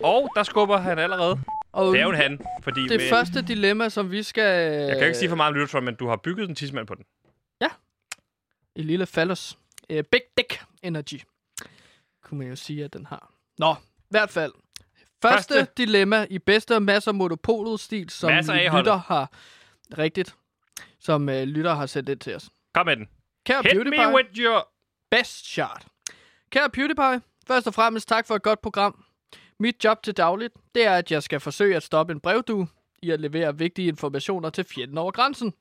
[SPEAKER 1] Og der skubber han allerede.
[SPEAKER 2] Og
[SPEAKER 1] Det er jo en han, fordi...
[SPEAKER 2] det
[SPEAKER 1] med-
[SPEAKER 2] første dilemma, som vi skal...
[SPEAKER 1] Jeg kan jo ikke sige for meget om Lyttertron, men du har bygget en tidsmand på den.
[SPEAKER 2] øh, I lille fallus. Uh, big Dick Energy. Kunne man jo sige, at den har. Nå, i hvert fald. Første,
[SPEAKER 1] Første.
[SPEAKER 2] første. dilemma i bedste masser monopolet-stil, som
[SPEAKER 1] Mads og A-holdet.
[SPEAKER 2] lytter øh, har... Rigtigt. Som uh, lytter har sendt ind til os.
[SPEAKER 1] Kom med den.
[SPEAKER 2] Kære
[SPEAKER 1] Hit
[SPEAKER 2] PewDiePie,
[SPEAKER 1] me with your...
[SPEAKER 2] best shot. Kære PewDiePie, først og fremmest tak for et godt program. Mit job til dagligt, det er, at jeg skal forsøge at stoppe en brevdue i at levere vigtige informationer til fjenden over grænsen.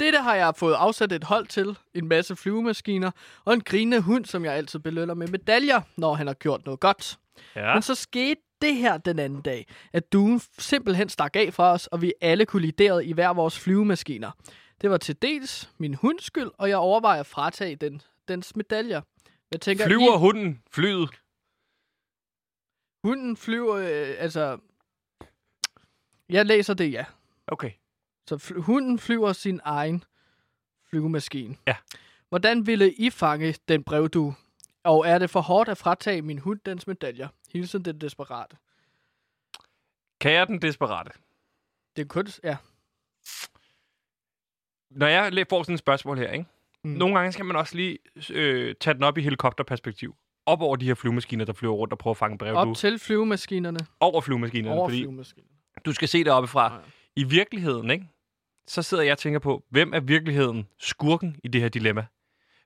[SPEAKER 2] Dette har jeg fået afsat et hold til, en masse flyvemaskiner og en grinende hund, som jeg altid belønner med medaljer, når han har gjort noget godt.
[SPEAKER 1] Ja.
[SPEAKER 2] Men så skete det her den anden dag, at duen f- simpelthen stak af fra os, og vi alle kolliderede i hver vores flyvemaskiner. Det var til dels min hunds skyld, og jeg overvejer at fratage den, dens medaljer. Jeg tænker,
[SPEAKER 1] Flyver
[SPEAKER 2] I,
[SPEAKER 1] hunden flyet?
[SPEAKER 2] hunden flyver, øh, altså... Jeg læser det, ja.
[SPEAKER 1] Okay.
[SPEAKER 2] Så fl- hunden flyver sin egen flyvemaskine.
[SPEAKER 1] Ja.
[SPEAKER 2] Hvordan ville I fange den brevdue? Og er det for hårdt at fratage min hund dens medaljer? Hilsen den desperate.
[SPEAKER 1] Kan jeg den desperate?
[SPEAKER 2] Det er kun... Ja.
[SPEAKER 1] Når jeg læ- får sådan et spørgsmål her, ikke? Mm.
[SPEAKER 2] Mm.
[SPEAKER 1] Nogle gange skal man også lige øh, tage den op i helikopterperspektiv. Op over de her flyvemaskiner, der flyver rundt og prøver at fange brevdue.
[SPEAKER 2] Op til flyvemaskinerne.
[SPEAKER 1] Over flyvemaskinerne,
[SPEAKER 2] Over
[SPEAKER 1] fordi
[SPEAKER 2] flyvemaskinerne.
[SPEAKER 1] du skal se det oppefra.
[SPEAKER 2] Nå ja.
[SPEAKER 1] I virkeligheden, ikke? så sidder jeg og tænker på, hvem er virkeligheden skurken i det her dilemma?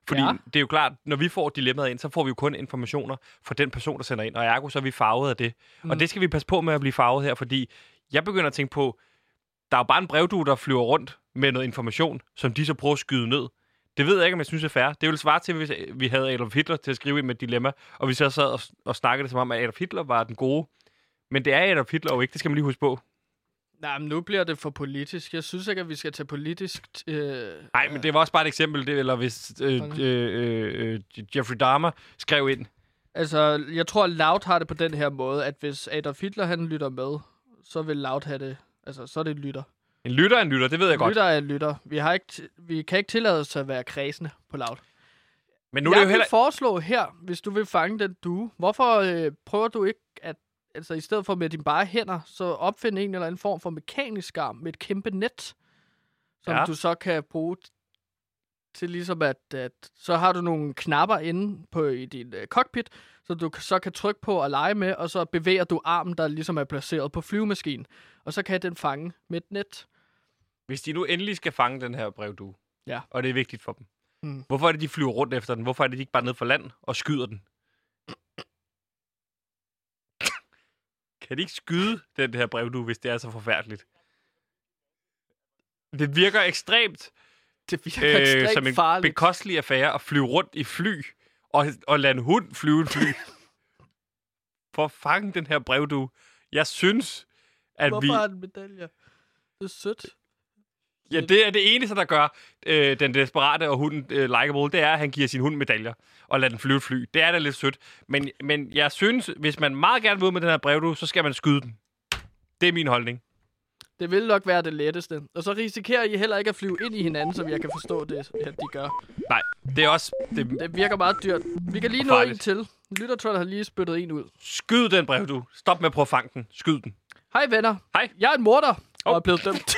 [SPEAKER 1] Fordi ja.
[SPEAKER 2] Ja.
[SPEAKER 1] det er jo klart, når vi får dilemmaet ind, så får vi jo kun informationer fra den person, der sender ind, og ergo så er vi farvet af det. Mm. Og det skal vi passe på med at blive farvet her, fordi jeg begynder at tænke på, der er jo bare en brevdue, der flyver rundt med noget information, som de så prøver at skyde ned. Det ved jeg ikke, om jeg synes er fair. Det ville svare til, hvis vi havde Adolf Hitler til at skrive ind med et dilemma, og vi så sad og, og snakkede det som om, at Adolf Hitler var den gode. Men det er Adolf Hitler jo ikke, det skal man lige huske på.
[SPEAKER 2] Nej, men nu bliver det for politisk. Jeg synes ikke, at vi skal tage politisk... Øh...
[SPEAKER 1] Nej, men det var også bare et eksempel, det, eller hvis øh, øh, øh, øh, Jeffrey Dahmer skrev ind.
[SPEAKER 2] Altså, jeg tror, at Loud har det på den her måde, at hvis Adolf Hitler han lytter med, så vil Loud have det. Altså, så er det en lytter.
[SPEAKER 1] En lytter er en lytter, det ved jeg godt.
[SPEAKER 2] Lytter er en lytter. Vi, har ikke t- vi kan ikke tillade os at være kredsende på Loud.
[SPEAKER 1] Men nu
[SPEAKER 2] Nu
[SPEAKER 1] er
[SPEAKER 2] jeg
[SPEAKER 1] det jo
[SPEAKER 2] vil
[SPEAKER 1] heller...
[SPEAKER 2] foreslå her, hvis du vil fange den due, hvorfor øh, prøver du ikke at, altså i stedet for med dine bare hænder, så opfinde en eller anden form for mekanisk arm med et kæmpe net, som
[SPEAKER 1] Ja.
[SPEAKER 2] ja. du så kan bruge t- til ligesom at, at, så har du nogle knapper inde på i din øh, cockpit, som du k- så kan trykke på og lege med, og så bevæger du armen, der ligesom er placeret på flyvemaskinen, og så kan den fange med et net.
[SPEAKER 1] Hvis de nu endelig skal fange den her brevdue,
[SPEAKER 2] Ja.
[SPEAKER 1] og det er vigtigt for dem,
[SPEAKER 2] Mm.
[SPEAKER 1] hvorfor er det, de flyver rundt efter den? Hvorfor er det, de ikke bare ned for land og skyder den? kan de ikke skyde den her brevdue, hvis det er så forfærdeligt? Det virker ekstremt,
[SPEAKER 2] Det virker
[SPEAKER 1] øh,
[SPEAKER 2] øh, ekstremt
[SPEAKER 1] som en
[SPEAKER 2] farligt.
[SPEAKER 1] bekostelig affære at flyve rundt i fly og, og lade en hund flyve en fly. For at fange den her brevdue. Jeg synes, at
[SPEAKER 2] Hvorfor
[SPEAKER 1] vi...
[SPEAKER 2] har den medaljer? Det er sødt.
[SPEAKER 1] Ja, det er det eneste, der gør øh, den desperate og hunden øh, likeable, det er, at han giver sin hund medaljer og lader den flyve et fly. Det er da lidt sødt. Men, men jeg synes, hvis man meget gerne vil ud med den her brevdue, så skal man skyde den. Det er min holdning.
[SPEAKER 2] Det vil nok være det letteste. Og så risikerer I heller ikke at flyve ind i hinanden, som jeg kan forstå det, at de gør.
[SPEAKER 1] Nej, det er også... Det,
[SPEAKER 2] Det virker meget dyrt. Vi kan lige nå en
[SPEAKER 1] Farligt.
[SPEAKER 2] til. Lyttertrollet har lige spyttet en ud.
[SPEAKER 1] skyd den brevdue. Stop med at prøve at fange den. Skyd den.
[SPEAKER 2] Hej venner.
[SPEAKER 1] Hej.
[SPEAKER 2] Jeg er en morder,
[SPEAKER 1] Hov.
[SPEAKER 2] og er blevet dømt.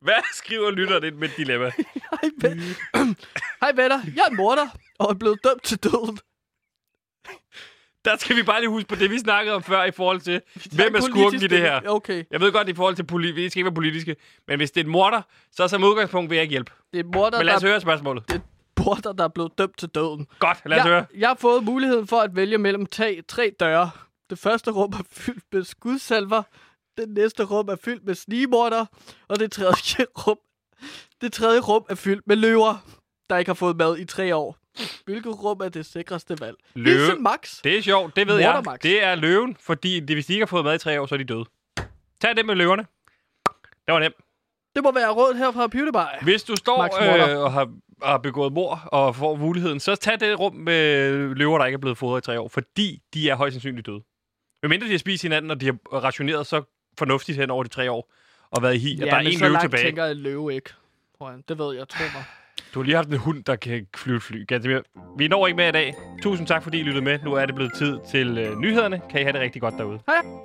[SPEAKER 1] Hvad skriver lytteren ind med et dilemma?
[SPEAKER 2] Hej, ven- Hej venner. Jeg er en morder, og er blevet dømt til døden.
[SPEAKER 1] Der skal vi bare lige huske på det, vi snakkede om før i forhold til, hvem er
[SPEAKER 2] Politisk
[SPEAKER 1] skurken i det her?
[SPEAKER 2] Okay.
[SPEAKER 1] Jeg ved godt, i forhold til poli- vi skal ikke være politiske, men hvis det er en morder, så som udgangspunkt vil jeg ikke hjælpe.
[SPEAKER 2] Det er en morder,
[SPEAKER 1] Men lad
[SPEAKER 2] der
[SPEAKER 1] os høre spørgsmålet.
[SPEAKER 2] er morder, der er blevet dømt til døden.
[SPEAKER 1] Godt, lad os høre.
[SPEAKER 2] jeg, jeg har fået muligheden for at vælge mellem tag, tre døre. Det første rum er fyldt med skudsalver. Det næste rum er fyldt med snigmorder. Og det tredje rum, det tredje rum er fyldt med løver, der ikke har fået mad i tre år. Hvilket rum er det sikreste valg?
[SPEAKER 1] Løve.
[SPEAKER 2] Hilsen Max.
[SPEAKER 1] Det er sjovt, det ved jeg.
[SPEAKER 2] Mordermaks.
[SPEAKER 1] Det er løven, fordi det, hvis de ikke har fået mad i tre år, så er de døde. Tag det med løverne. Det var nemt.
[SPEAKER 2] Det må være rådet her fra PewDiePie.
[SPEAKER 1] Hvis du
[SPEAKER 2] Max
[SPEAKER 1] står
[SPEAKER 2] Morter.
[SPEAKER 1] øh, og har, har begået mord og får muligheden, så tag det rum med løver, der ikke er blevet fodret i tre år, fordi de er højst sandsynligt døde. Medmindre de har spist hinanden, og de har rationeret så fornuftigt hen over de tre år, og været i hi, at der er
[SPEAKER 2] men
[SPEAKER 1] en
[SPEAKER 2] så
[SPEAKER 1] løve
[SPEAKER 2] langt
[SPEAKER 1] tilbage.
[SPEAKER 2] tænker en løve ikke. Tror jeg. Det ved jeg, tro mig.
[SPEAKER 1] Du har lige haft en hund, der kan flyve et fly. Gantemir, Vi når ikke med i dag. Tusind tak, fordi I lyttede med. Nu er det blevet tid til øh, nyhederne. Kan I have det rigtig godt derude.
[SPEAKER 2] Hej.